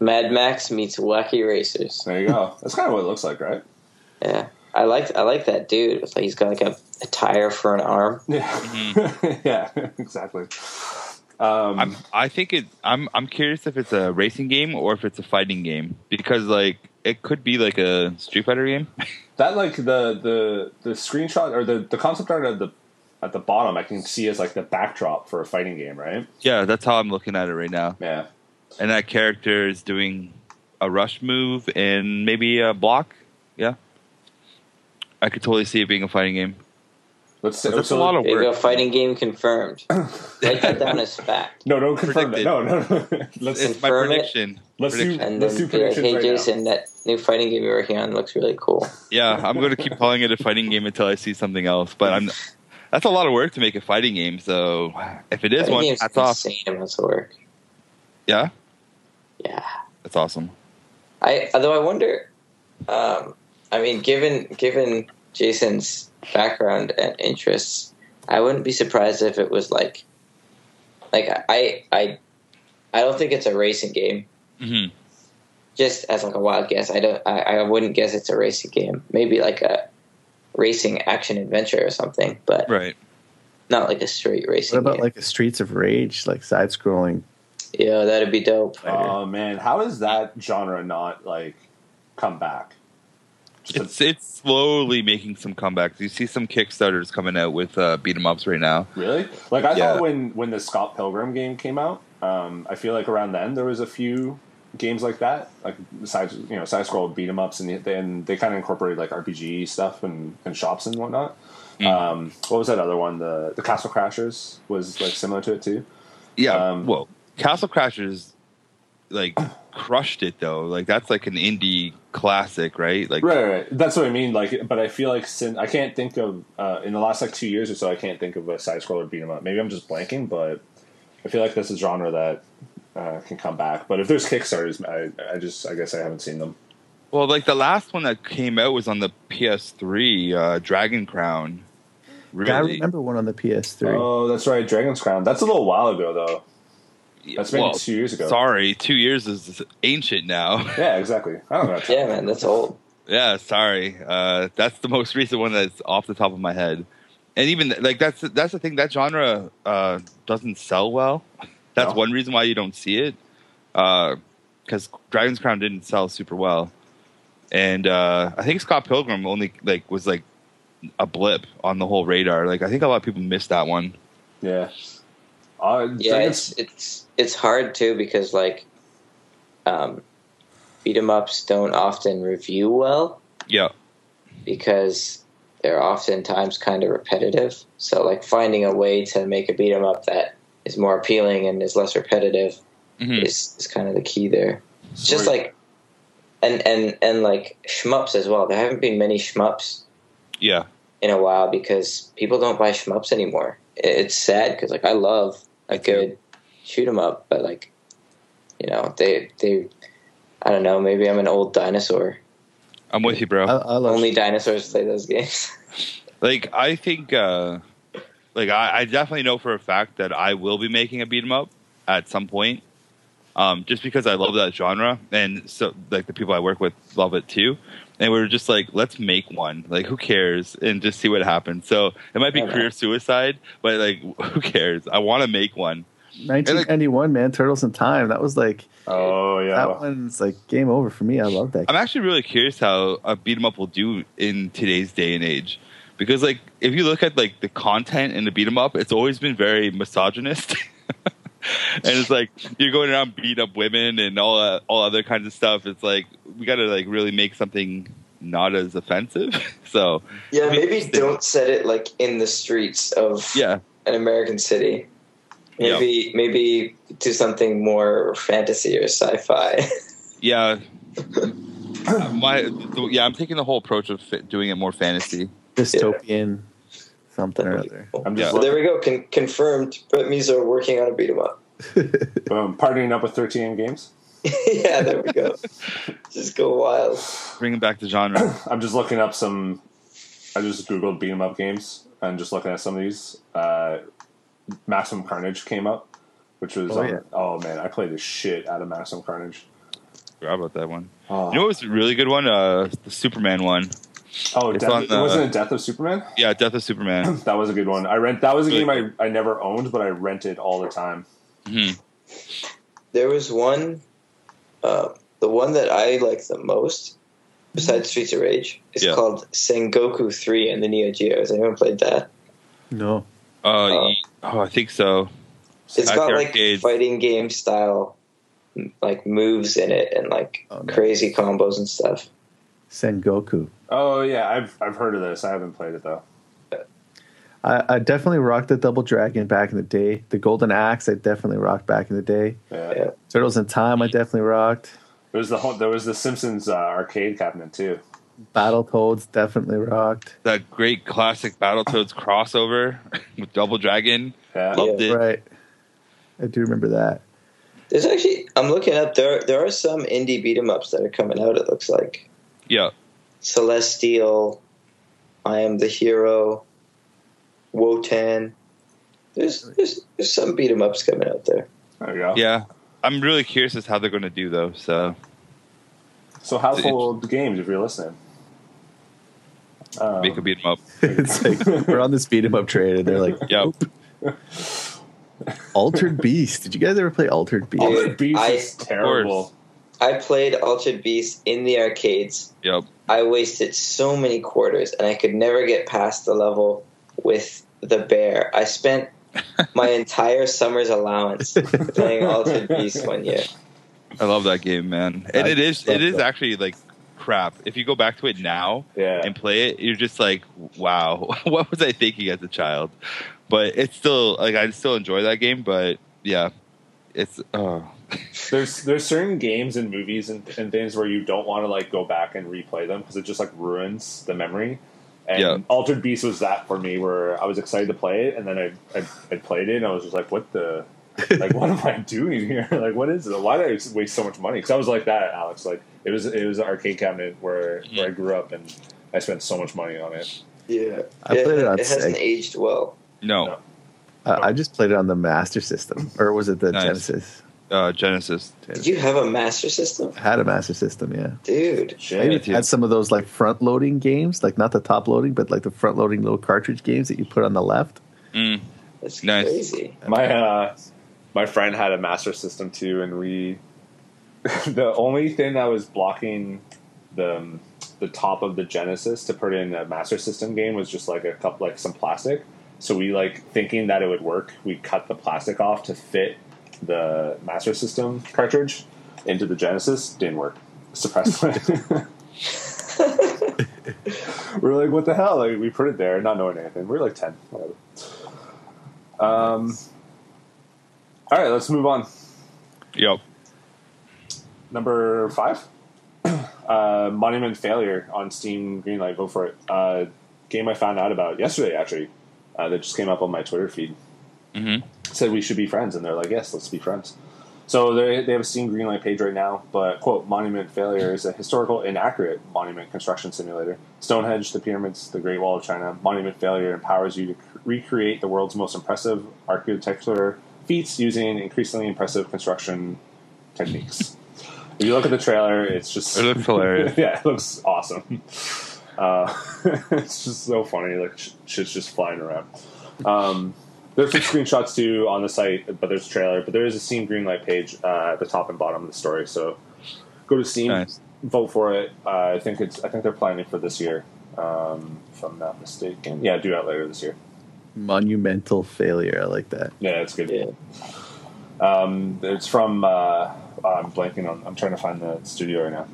[SPEAKER 4] Mad Max meets Wacky Racers.
[SPEAKER 1] there you go. That's kind of what it looks like, right?
[SPEAKER 4] Yeah, I like I like that dude. It's like he's got like a, a tire for an arm.
[SPEAKER 1] Yeah, Mm-hmm. yeah, exactly. Um,
[SPEAKER 3] I'm, I think it. I'm. I'm curious if it's a racing game or if it's a fighting game because like it could be like a Street Fighter game.
[SPEAKER 1] that like the the the screenshot or the the concept art at the at the bottom, I can see as like the backdrop for a fighting game, right?
[SPEAKER 3] yeah, that's how I'm looking at it right now.
[SPEAKER 1] Yeah,
[SPEAKER 3] And that character is doing a rush move and maybe a block. Yeah, I could totally see it being a fighting game.
[SPEAKER 1] let's.
[SPEAKER 3] Oh, That's
[SPEAKER 1] so-
[SPEAKER 3] a lot of
[SPEAKER 4] There you go,
[SPEAKER 3] work.
[SPEAKER 4] fighting game confirmed. Write that down as fact.
[SPEAKER 1] No, don't confirm that.
[SPEAKER 3] Predicted.
[SPEAKER 1] No, no, no. let's
[SPEAKER 3] It's my
[SPEAKER 4] Confirm it.
[SPEAKER 3] prediction.
[SPEAKER 1] Let's do-
[SPEAKER 3] prediction.
[SPEAKER 4] And
[SPEAKER 1] Let's
[SPEAKER 4] then
[SPEAKER 1] do
[SPEAKER 4] be like,
[SPEAKER 1] predictions
[SPEAKER 4] hey
[SPEAKER 1] right now."
[SPEAKER 4] Jason, that new fighting game you're working on looks really cool.
[SPEAKER 3] Yeah, I'm going to keep calling it a fighting game until I see something else. But I'm. That's a lot of work to make a fighting game. So if it is
[SPEAKER 4] Fighting
[SPEAKER 3] one,
[SPEAKER 4] game's
[SPEAKER 3] that's off.
[SPEAKER 4] insane amounts of work.
[SPEAKER 3] Yeah,
[SPEAKER 4] Yeah.
[SPEAKER 3] that's awesome.
[SPEAKER 4] I although I wonder, um, I mean, given given Jason's background and interests, I wouldn't be surprised if it was like, like I I, I don't think it's a racing game.
[SPEAKER 3] Mhm.
[SPEAKER 4] Just as like a wild guess, I don't. I, I wouldn't guess it's a racing game. Maybe like a racing action adventure or something, but
[SPEAKER 3] Right.
[SPEAKER 4] not like a straight racing.
[SPEAKER 2] What about
[SPEAKER 4] game.
[SPEAKER 2] like a Streets of Rage, like side scrolling?
[SPEAKER 4] yeah, that'd be dope.
[SPEAKER 1] Oh man, how is that genre not like come back? Just a-
[SPEAKER 3] It's it's slowly making some comebacks. You see some Kickstarters coming out with uh, beat 'em ups right now.
[SPEAKER 1] Really? Like I
[SPEAKER 3] Yeah.
[SPEAKER 1] thought when when the Scott Pilgrim game came out, um, I feel like around then there was a few games like that, like side you know side scroll beat 'em ups, and, they- and they kind of incorporated like RPG stuff and, and shops and whatnot. Um, what was that other one? The the Castle Crashers was like similar to it too.
[SPEAKER 3] Yeah.
[SPEAKER 1] Um,
[SPEAKER 3] well, Castle Crashers like crushed it though. Like that's like an indie classic, right? Like
[SPEAKER 1] Right, right, right. That's what I mean. Like, but I feel like since I can't think of uh, in the last like two years or so, I can't think of a side scroller beat 'em up. Maybe I'm just blanking, but I feel like that's a genre that uh, can come back. But if there's Kickstarters, I, I just I guess I haven't seen them.
[SPEAKER 3] well, like the last one that came out was on the PS3, uh, Dragon Crown. Really?
[SPEAKER 2] Yeah, I remember one on the PS3.
[SPEAKER 1] Oh, that's right, Dragon's Crown. That's a little while ago though. That's maybe
[SPEAKER 3] Well,
[SPEAKER 1] two years ago.
[SPEAKER 3] Sorry, two years is ancient now.
[SPEAKER 1] Yeah, exactly. I don't know.
[SPEAKER 4] Yeah, man, that's old.
[SPEAKER 3] yeah, sorry. Uh, that's the most recent one that's off the top of my head. And even like that's that's the thing that genre uh, doesn't sell well. That's
[SPEAKER 1] No.
[SPEAKER 3] one reason why you don't see it, because Dragon's Crown didn't sell super well, and uh, I think Scott Pilgrim only like was like a blip on the whole radar. Like I think a lot of people missed that one.
[SPEAKER 1] Yeah. Uh,
[SPEAKER 4] yeah
[SPEAKER 1] Dragon's,
[SPEAKER 4] it's it's it's hard too because like um beat 'em ups don't often review well
[SPEAKER 3] Yeah,
[SPEAKER 4] because they're oftentimes kind of repetitive so like finding a way to make a beat 'em up that is more appealing and is less repetitive
[SPEAKER 3] Mhm.
[SPEAKER 4] is, is kind of the key there it's just
[SPEAKER 1] Sorry.
[SPEAKER 4] like and and and like shmups as well there haven't been many shmups
[SPEAKER 3] yeah,
[SPEAKER 4] in a while because people don't buy shmups anymore. It- It's sad because like I love a good shoot 'em up, but like you know they they I don't know. Maybe I'm an old dinosaur.
[SPEAKER 3] I'm with you, bro.
[SPEAKER 2] I, I love
[SPEAKER 4] Only dinosaurs play those games.
[SPEAKER 3] Like I think, uh, like I, I definitely know for a fact that I will be making a beat 'em up at some point, um, just because I love that genre, and so like the people I work with love it too. And we were just like, let's make one. Like, who cares? And just see what happens. So it might be
[SPEAKER 4] Yeah, man.
[SPEAKER 3] career suicide, but like, who cares? I want to make one.
[SPEAKER 2] 1991, man. Turtles in Time. That was like
[SPEAKER 1] oh
[SPEAKER 2] that
[SPEAKER 1] yeah.
[SPEAKER 2] one's like game over for me. I love that.
[SPEAKER 3] I'm actually really curious how a beat 'em up will do in today's day and age. Because like if you look at like the content in the beat 'em up, it's always been very misogynist. and it's like you're going around beating up women and all uh, all other kinds of stuff. It's like we got to like really make something not as offensive. so,
[SPEAKER 4] yeah,
[SPEAKER 3] maybe don't
[SPEAKER 4] set it like in the streets of
[SPEAKER 3] yeah.
[SPEAKER 4] an American city.
[SPEAKER 3] Yeah.
[SPEAKER 4] Maybe maybe do something more fantasy or sci-fi.
[SPEAKER 3] Yeah. Um, My yeah, I'm taking the whole approach of fit, doing it more fantasy.
[SPEAKER 2] Dystopian something or other.
[SPEAKER 1] I'm just
[SPEAKER 3] Yeah.
[SPEAKER 1] looking-
[SPEAKER 4] we go. Con- confirmed. Brett Mizo working on a beat 'em up.
[SPEAKER 1] boom, partnering up with 13 games.
[SPEAKER 4] yeah, there we go. Just go wild.
[SPEAKER 3] Bringing back the genre.
[SPEAKER 1] I'm just looking up some. I just googled beat 'em up games and just looking at some of these. Uh, Maximum Carnage came up, which was
[SPEAKER 2] Oh,
[SPEAKER 1] on-
[SPEAKER 2] yeah.
[SPEAKER 1] oh man, I played the shit out of Maximum Carnage.
[SPEAKER 3] Forgot about that one.
[SPEAKER 1] Oh,
[SPEAKER 3] You know what was a really good one? Uh, the Superman one.
[SPEAKER 1] oh
[SPEAKER 3] it's
[SPEAKER 1] Death,
[SPEAKER 3] on the-
[SPEAKER 1] wasn't it Death of Superman?
[SPEAKER 3] Yeah, Death of Superman.
[SPEAKER 1] That was a good one. I rent. That was a
[SPEAKER 3] Really
[SPEAKER 1] game I, I never owned, but I rented all the time.
[SPEAKER 3] hmm
[SPEAKER 4] There was one, uh, the one that I like the most,
[SPEAKER 2] Mm-hmm.
[SPEAKER 4] besides Streets of Rage, is
[SPEAKER 3] Yeah.
[SPEAKER 4] called Sengoku 3 and the Neo Geo. Has anyone played that?
[SPEAKER 2] No,
[SPEAKER 3] Uh,
[SPEAKER 4] Uh,
[SPEAKER 3] ye- oh, I think so.
[SPEAKER 4] It's
[SPEAKER 3] At
[SPEAKER 4] got
[SPEAKER 3] the
[SPEAKER 4] like
[SPEAKER 3] arcades.
[SPEAKER 4] fighting game style m- like moves in it and like
[SPEAKER 2] Oh, nice.
[SPEAKER 4] crazy combos and stuff.
[SPEAKER 2] Sengoku.
[SPEAKER 1] Oh yeah, I've I've heard of this. I haven't played it though.
[SPEAKER 2] I, I definitely rocked the Double Dragon back in the day. The Golden Axe, I definitely rocked back in the day.
[SPEAKER 1] Yeah.
[SPEAKER 4] Yeah.
[SPEAKER 2] Turtles in Time, I definitely rocked.
[SPEAKER 1] There was the whole, there was the Simpsons uh, arcade cabinet too.
[SPEAKER 2] Battletoads, definitely rocked.
[SPEAKER 3] That great classic Battletoads crossover with Double Dragon.
[SPEAKER 1] Yeah.
[SPEAKER 4] Yeah.
[SPEAKER 3] Loved it.
[SPEAKER 2] Right. I do remember that.
[SPEAKER 4] There's actually, I'm looking up, there, there are some indie beat 'em ups that are coming out, it looks like.
[SPEAKER 3] Yeah.
[SPEAKER 4] Celestial, I Am the Hero, Wotan. There's there's, there's some beat 'em ups coming out there.
[SPEAKER 1] There you go.
[SPEAKER 3] Yeah, I'm really curious as how they're going to do though. So
[SPEAKER 1] So household games, if you're listening. Um,
[SPEAKER 3] we could beat them up.
[SPEAKER 2] it's like we're on this beat 'em up train, and they're like,
[SPEAKER 3] Yep.
[SPEAKER 2] "Altered Beast." Did you guys ever play Altered Beast?
[SPEAKER 1] Altered Beast
[SPEAKER 4] I-
[SPEAKER 1] is terrible.
[SPEAKER 4] I played Altered Beast in the arcades.
[SPEAKER 3] Yep.
[SPEAKER 4] I wasted so many quarters, and I could never get past the level with the bear. I spent my entire summer's allowance playing Altered Beast one year.
[SPEAKER 3] I love that game, man. And
[SPEAKER 2] I
[SPEAKER 3] it is
[SPEAKER 2] love
[SPEAKER 3] it is
[SPEAKER 2] that.
[SPEAKER 3] actually like crap. If you go back to it now
[SPEAKER 1] Yeah.
[SPEAKER 3] and play it, you're just like, wow, what was I thinking as a child? But it's still like I still enjoy that game, but yeah, it's oh
[SPEAKER 1] There's there's certain games and movies and, and things where you don't want to like go back and replay them because it just like ruins the memory. And
[SPEAKER 3] Yeah.
[SPEAKER 1] Altered Beast was that for me where I was excited to play it and then I I, I played it and I was just like, what the like what am I doing here? like what is it? Why did I waste so much money? Because I was like that, Alex. Like it was it was an arcade cabinet where where I grew up and I spent so much money on it.
[SPEAKER 4] Yeah,
[SPEAKER 2] I played it on
[SPEAKER 4] it hasn't
[SPEAKER 2] Sega.
[SPEAKER 4] aged well.
[SPEAKER 3] no,
[SPEAKER 1] No.
[SPEAKER 2] Uh, I just played it on the Master System, or was it the
[SPEAKER 3] Nice.
[SPEAKER 2] Genesis?
[SPEAKER 3] uh, Genesis.
[SPEAKER 4] Did you have a Master System,
[SPEAKER 2] I had a Master System, yeah.
[SPEAKER 4] dude?
[SPEAKER 1] Shit.
[SPEAKER 3] Yeah.
[SPEAKER 2] Had some of those like front loading games, like not the top loading, but like the front loading little cartridge games that you put on the left.
[SPEAKER 3] Mm.
[SPEAKER 4] That's
[SPEAKER 3] Nice.
[SPEAKER 4] crazy.
[SPEAKER 1] My uh, my friend had a Master System too, and we the only thing that was blocking the um, the top of the Genesis to put in a Master System game was just like a cup, like some plastic. So we like thinking that it would work. We cut the plastic off to fit the Master System cartridge into the Genesis. Didn't work. Suppressed. we're like, what the hell? Like, we put it there, not knowing anything. We're like ten, whatever. Um. All right, let's move on.
[SPEAKER 3] Yep.
[SPEAKER 1] Number five, uh, Monument Failure on Steam Greenlight. Go for it. Uh, game I found out about yesterday, actually. Uh, that just came up on my Twitter feed.
[SPEAKER 3] Mhm.
[SPEAKER 1] Said we should be friends, and they're like, "Yes, let's be friends." So they they have a Steam Greenlight page right now, but quote Monument Failure is a historical inaccurate monument construction simulator. Stonehenge, the pyramids, the Great Wall of China. Monument Failure empowers you to cr- recreate the world's most impressive architectural feats using increasingly impressive construction techniques. if you look at the trailer, it's just
[SPEAKER 3] It looks hilarious.
[SPEAKER 1] yeah, it looks awesome. Uh, it's just so funny. Like sh- shit's just flying around. Um, there's some screenshots too on the site, but there's a trailer. But there is a Steam Greenlight page uh, at the top and bottom of the story. So go to
[SPEAKER 2] Mm.
[SPEAKER 1] Steam,
[SPEAKER 3] Nice.
[SPEAKER 1] vote for it. Uh, I think it's. I think they're planning for this year, um, if I'm not mistaken. Yeah, due out later this year.
[SPEAKER 2] Monumental failure. I like that.
[SPEAKER 1] Yeah, it's good.
[SPEAKER 4] Yeah.
[SPEAKER 1] Um, it's from. Uh, I'm blanking on. I'm trying to find the studio right now.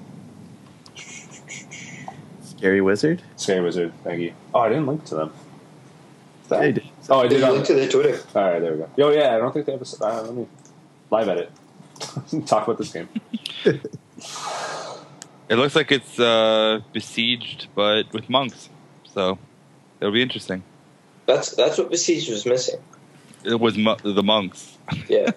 [SPEAKER 2] Scary Wizard.
[SPEAKER 1] Scary Wizard. Thank you. Oh, I didn't link to them. Is that-
[SPEAKER 2] They did.
[SPEAKER 1] Oh, I
[SPEAKER 4] Did
[SPEAKER 1] did.
[SPEAKER 4] you
[SPEAKER 1] On,
[SPEAKER 4] look to their Twitter?
[SPEAKER 1] all right, there we go. Oh yeah, I don't think they have a. s- Uh, let me live edit. Talk about this game.
[SPEAKER 3] It looks like it's uh, besieged, but with monks. So it'll be interesting.
[SPEAKER 4] That's that's what Besiege was missing.
[SPEAKER 3] It was mo- the monks.
[SPEAKER 4] Yeah,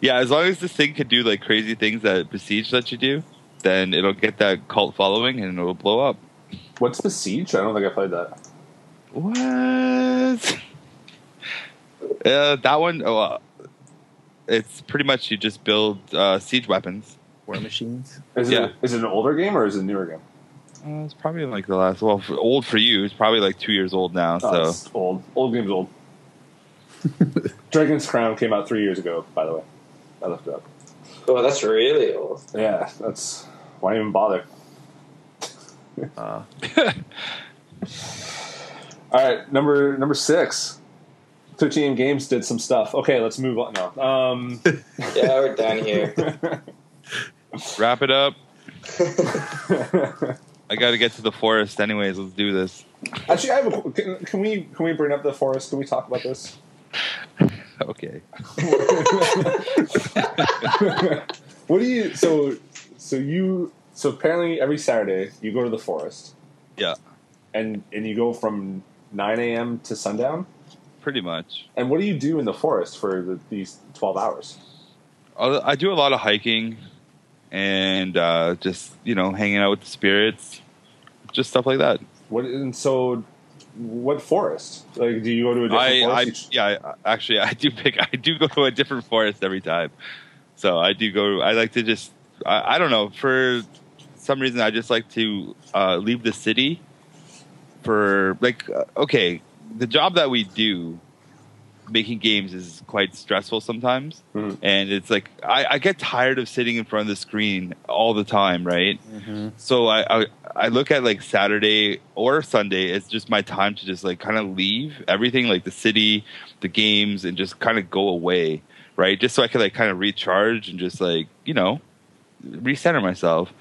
[SPEAKER 3] Yeah, as long as this thing can do like crazy things that besiege lets you do, then it'll get that cult following and it'll blow up.
[SPEAKER 1] What's Besiege? I don't think I played that.
[SPEAKER 3] What? Uh, that one, oh, uh, it's pretty much you just build uh, siege weapons.
[SPEAKER 2] War Machines.
[SPEAKER 1] Is
[SPEAKER 3] Yeah.
[SPEAKER 1] it is it an older game or is it a newer game?
[SPEAKER 3] Uh, it's probably like the last, well, for, old for you. It's probably like two years old now.
[SPEAKER 1] Oh,
[SPEAKER 3] so
[SPEAKER 1] it's old. Old game's old. Dragon's Crown came out three years ago. By the way, I looked it up.
[SPEAKER 4] well, that's really old.
[SPEAKER 1] Yeah, that's why even bother.
[SPEAKER 2] Uh,
[SPEAKER 1] All right, number number six. 13 games did some stuff. Okay, let's move on now. Um,
[SPEAKER 4] Yeah, we're done here.
[SPEAKER 3] wrap it up.
[SPEAKER 1] Actually,
[SPEAKER 3] I got to get to the forest, anyways. Let's do this.
[SPEAKER 1] I have a, can, can we can we bring up the forest? Can we talk about this?
[SPEAKER 3] Okay.
[SPEAKER 1] what do you so so you so apparently every Saturday you go to the forest
[SPEAKER 3] Yeah,
[SPEAKER 1] and and you go from nine a.m. to sundown.
[SPEAKER 3] pretty much.
[SPEAKER 1] And what do you do in the forest for the, these twelve hours?
[SPEAKER 3] I'll- I do a lot of hiking and uh, just you know hanging out with the spirits, just stuff like that.
[SPEAKER 1] What and so what forest? Like, do you go to a different
[SPEAKER 3] I, I
[SPEAKER 1] forest? each-
[SPEAKER 3] yeah, I- actually, I do pick. I do go to a different forest every time. So I do go. I like to just. I, I don't know. For some reason, I just like to uh, leave the city. For like, uh, okay, the job that we do, making games is quite stressful sometimes,
[SPEAKER 1] Mhm.
[SPEAKER 3] and it's like I, I get tired of sitting in front of the screen all the time, right?
[SPEAKER 1] Mm-hmm.
[SPEAKER 3] so I, I I look at like Saturday or Sunday as just my time to just like kind of leave everything like the city, the games, and just kind of go away, right? Just so I could like kind of recharge and just like you know recenter myself,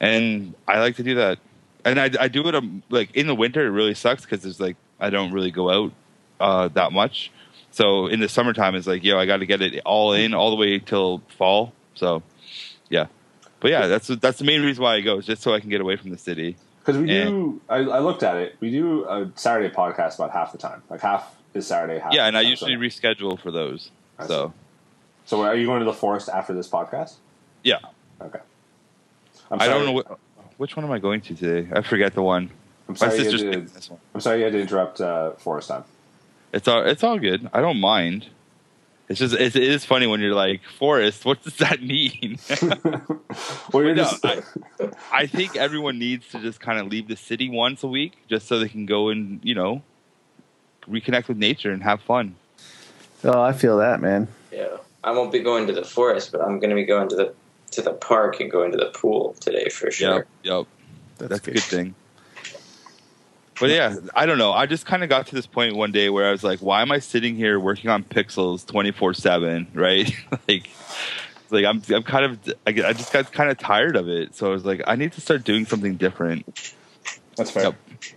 [SPEAKER 3] and I like to do that, and I I do it um, like in the winter it really sucks because there's like I don't really go out uh, that much, so in the summertime it's like yo I got to get it all in all the way till fall, so yeah. But yeah, that's that's the main reason why I go, is just so I can get away from the city.
[SPEAKER 1] Because we
[SPEAKER 3] Yeah.
[SPEAKER 1] do, I, I looked at it. We do a Saturday podcast about half the time. Like half is Saturday. Half
[SPEAKER 3] yeah, and I
[SPEAKER 1] half is Sunday.
[SPEAKER 3] usually reschedule for those.
[SPEAKER 1] I
[SPEAKER 3] So
[SPEAKER 1] so are you going to the forest after this podcast?
[SPEAKER 3] yeah,
[SPEAKER 1] Okay. I'm
[SPEAKER 3] I
[SPEAKER 1] sorry-
[SPEAKER 3] don't know what, which one am I going to today. I forget the one.
[SPEAKER 1] I'm
[SPEAKER 3] My
[SPEAKER 1] sorry, you had
[SPEAKER 3] sister's
[SPEAKER 1] to-
[SPEAKER 3] picking this one.
[SPEAKER 1] I'm sorry you had to interrupt uh, forest time.
[SPEAKER 3] It's all it's all good. I don't mind. It's just it's, it is funny when you're like Forrest. What does that mean?
[SPEAKER 1] Well, you're
[SPEAKER 3] No,
[SPEAKER 1] just,
[SPEAKER 3] I- I think everyone needs to just kind of leave the city once a week, just so they can go and you know reconnect with nature and have fun.
[SPEAKER 2] Oh, I feel that, man.
[SPEAKER 4] Yeah, I won't be going to the forest, but I'm going to be going to the to the park and going to the pool today for sure.
[SPEAKER 3] Yep, yep.
[SPEAKER 2] That's,
[SPEAKER 3] that's, a good thing. But yeah, I don't know. I just kind of got to this point one day where I was like, why am I sitting here working on pixels 24/7, right? like it's like I'm I'm kind of I get- I just got kind of tired of it. So I was like, I need to start doing something different.
[SPEAKER 1] that's fair.
[SPEAKER 3] Yep.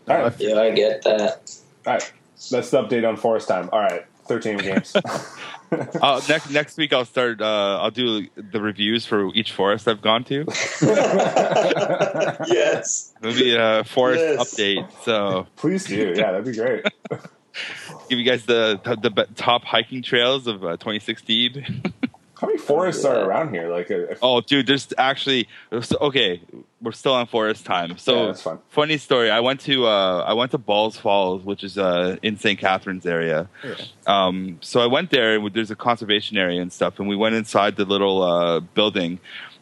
[SPEAKER 1] All right,
[SPEAKER 4] Yeah, I get that.
[SPEAKER 1] all right. That's the update on forest time. All right, 13 games.
[SPEAKER 3] Uh, next next week I'll start uh, I'll do the reviews for each forest I've gone to.
[SPEAKER 4] yes.
[SPEAKER 3] It'll be a forest
[SPEAKER 4] Yes.
[SPEAKER 3] update. So
[SPEAKER 1] Please do. Yeah, that'd be great.
[SPEAKER 3] give you guys the the, the top hiking trails of uh, 2016.
[SPEAKER 1] How many forests
[SPEAKER 4] Yeah.
[SPEAKER 1] are around here? Like, uh, a, a-
[SPEAKER 3] Oh, dude, there's actually so- okay. We're still on forest time.
[SPEAKER 1] Yeah,
[SPEAKER 3] So
[SPEAKER 1] that's fine.
[SPEAKER 3] funny story. I went to uh, I went to Balls Falls, which is uh, in St. Catharines area. Um, so I went there, and there's a conservation area and stuff, and we went inside the little uh, building,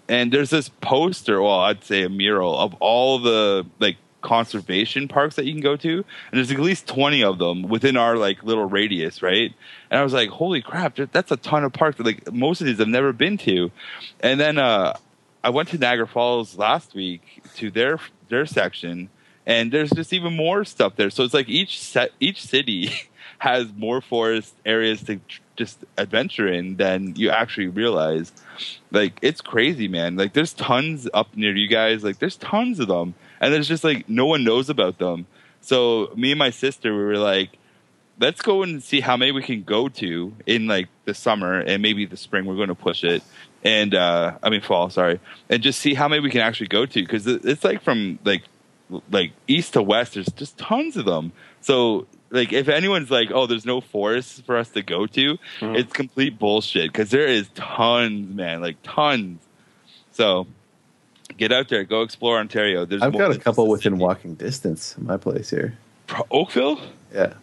[SPEAKER 3] and there's this poster, well, I'd say a mural of all the like conservation parks that you can go to, and there's at least twenty of them within our like little radius, right? And I was like, holy crap, there- that's a ton of parks. that, Like most of these I've never been to, and then uh, I went to Niagara Falls last week to their their section, and there's just even more stuff there. So it's like each set, each city has more forest areas to tr- just adventure in than you actually realize. Like it's crazy, man. Like there's tons up near you guys. Like there's tons of them, and there's just like no one knows about them. So me and my sister, we were like. Let's go and see how many we can go to in like the summer and maybe the spring. We're going to push it, and uh, I mean fall, sorry, and just see how many we can actually go to because it's like from like like east to west. There's just tons of them. So like if anyone's like, oh, there's no forests for us to go to,
[SPEAKER 2] Mm-hmm.
[SPEAKER 1] Mhm.
[SPEAKER 3] it's complete bullshit because there is tons, man, like tons. So get out there, go explore Ontario. There's
[SPEAKER 2] I've
[SPEAKER 3] more
[SPEAKER 2] got a
[SPEAKER 3] than
[SPEAKER 2] couple
[SPEAKER 3] just
[SPEAKER 2] within
[SPEAKER 3] city.
[SPEAKER 2] walking distance. of My place here.
[SPEAKER 3] Pro- Oakville.
[SPEAKER 2] Yeah.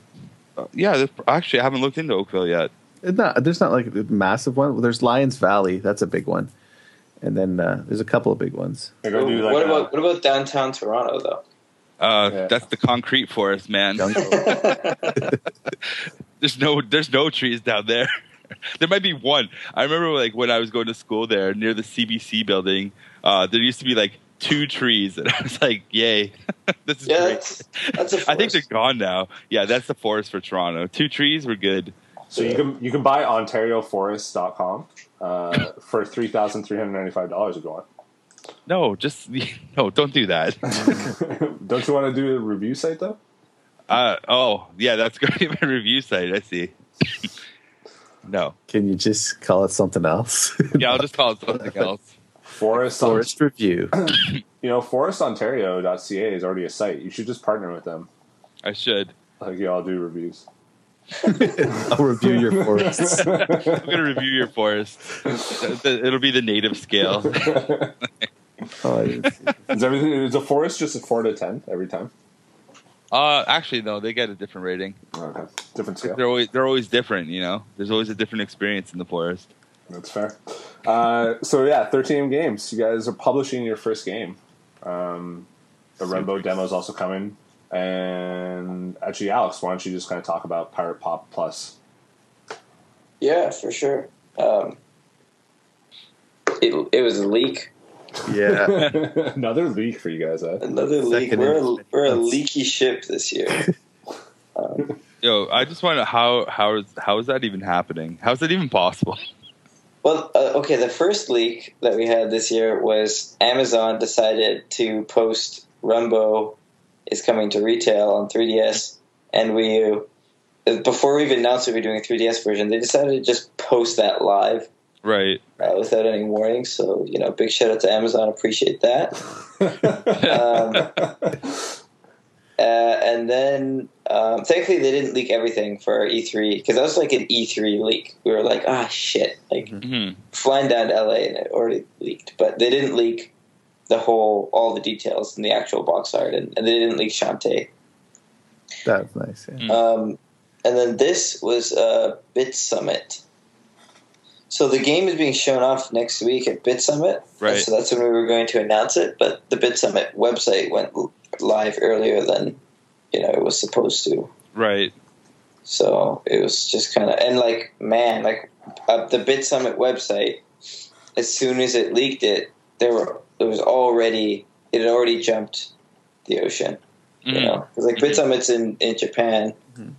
[SPEAKER 3] Uh, yeah, there's- actually, I haven't looked into Oakville yet.
[SPEAKER 2] It's not there's not like a massive one. There's Lions Valley, that's a big one, and then uh, there's a couple of big ones.
[SPEAKER 1] they're gonna do like
[SPEAKER 4] what
[SPEAKER 1] a-
[SPEAKER 4] about what about downtown Toronto though?
[SPEAKER 3] Uh,
[SPEAKER 1] Yeah.
[SPEAKER 3] That's the concrete forest, man. there's no there's no trees down there. there might be one. I remember like when I was going to school there near the CBC building, uh, there used to be like two trees, and I was like, "Yay, this is
[SPEAKER 4] yeah,
[SPEAKER 3] great."
[SPEAKER 4] that's, that's a
[SPEAKER 3] I think they're
[SPEAKER 4] forest.
[SPEAKER 3] gone now. Yeah, that's the forest for Toronto. Two trees, we're good.
[SPEAKER 1] So you can you can buy OntarioForest.com uh, for three thousand three hundred ninety five dollars if you want.
[SPEAKER 3] No, just no, don't do that.
[SPEAKER 1] Don't you want to do a review site though?
[SPEAKER 3] Uh, oh, yeah, that's going to be my review site. I see. no,
[SPEAKER 2] Can you just call it something else?
[SPEAKER 3] yeah, I'll just call it something else.
[SPEAKER 1] Forest,
[SPEAKER 2] Forest review.
[SPEAKER 1] you know, forestontario.ca is already a site. You should just partner with them.
[SPEAKER 3] I should.
[SPEAKER 1] Like you all do reviews.
[SPEAKER 2] I'll review your forests.
[SPEAKER 3] I'm going to review your forest. It'll be the native scale.
[SPEAKER 2] Oh, I didn't see-
[SPEAKER 1] Is everything is a forest just a four to ten every time?
[SPEAKER 3] Uh, actually, no, they get a different rating.
[SPEAKER 1] Okay. Different scale.
[SPEAKER 3] They're always they're always different. You know, there's always a different experience in the forest.
[SPEAKER 1] That's fair. Uh, so yeah, 13 games. You guys are publishing your first game. Um, the Rainbow demo is also coming. And actually, Alex, why don't you just kind of talk about Pirate Pop Plus?
[SPEAKER 4] Yeah, for sure. Um, it, it was a leak.
[SPEAKER 2] Yeah.
[SPEAKER 1] Another leak for you guys, eh?
[SPEAKER 4] Another leak.
[SPEAKER 2] Second
[SPEAKER 4] We're a,
[SPEAKER 2] incident.
[SPEAKER 4] we're a leaky ship this year. um,
[SPEAKER 3] Yo, I just want to how how is how is that even happening? How is that even possible?
[SPEAKER 4] well, uh, okay, the first leak that we had this year was Amazon decided to post Rumbo is coming to retail on 3DS and Wii U. Uh, Before we even announced that we were doing a 3DS version, they decided to just post that live
[SPEAKER 3] Right.
[SPEAKER 4] uh, without any warning. So, you know, big shout out to Amazon. Appreciate that.
[SPEAKER 1] eh?
[SPEAKER 4] Um, uh, and then, um, thankfully, they didn't leak everything for E3 because that was like an E3 leak. We were like, ah, shit, like
[SPEAKER 3] Mhm.
[SPEAKER 4] flying down to LA and it already leaked. But they didn't leak the whole, all the details and the actual box art, and, and they didn't leak Shantae.
[SPEAKER 2] That's nice. Yeah.
[SPEAKER 4] Um, and then this was uh, Bit Summit. So the game is being shown off next week at Bit Summit.
[SPEAKER 3] Right.
[SPEAKER 4] So that's when we were going to announce it, but the Bit Summit website went l- live earlier than you know it was supposed to.
[SPEAKER 3] Right.
[SPEAKER 4] So it was just kind of and like man, like uh, the Bit Summit website. As soon as it leaked, it there were it was already it had already jumped the ocean you
[SPEAKER 3] Mhm.
[SPEAKER 4] know 'Cause, like
[SPEAKER 3] Mhm.
[SPEAKER 4] bit summit's in in japan
[SPEAKER 2] Mhm.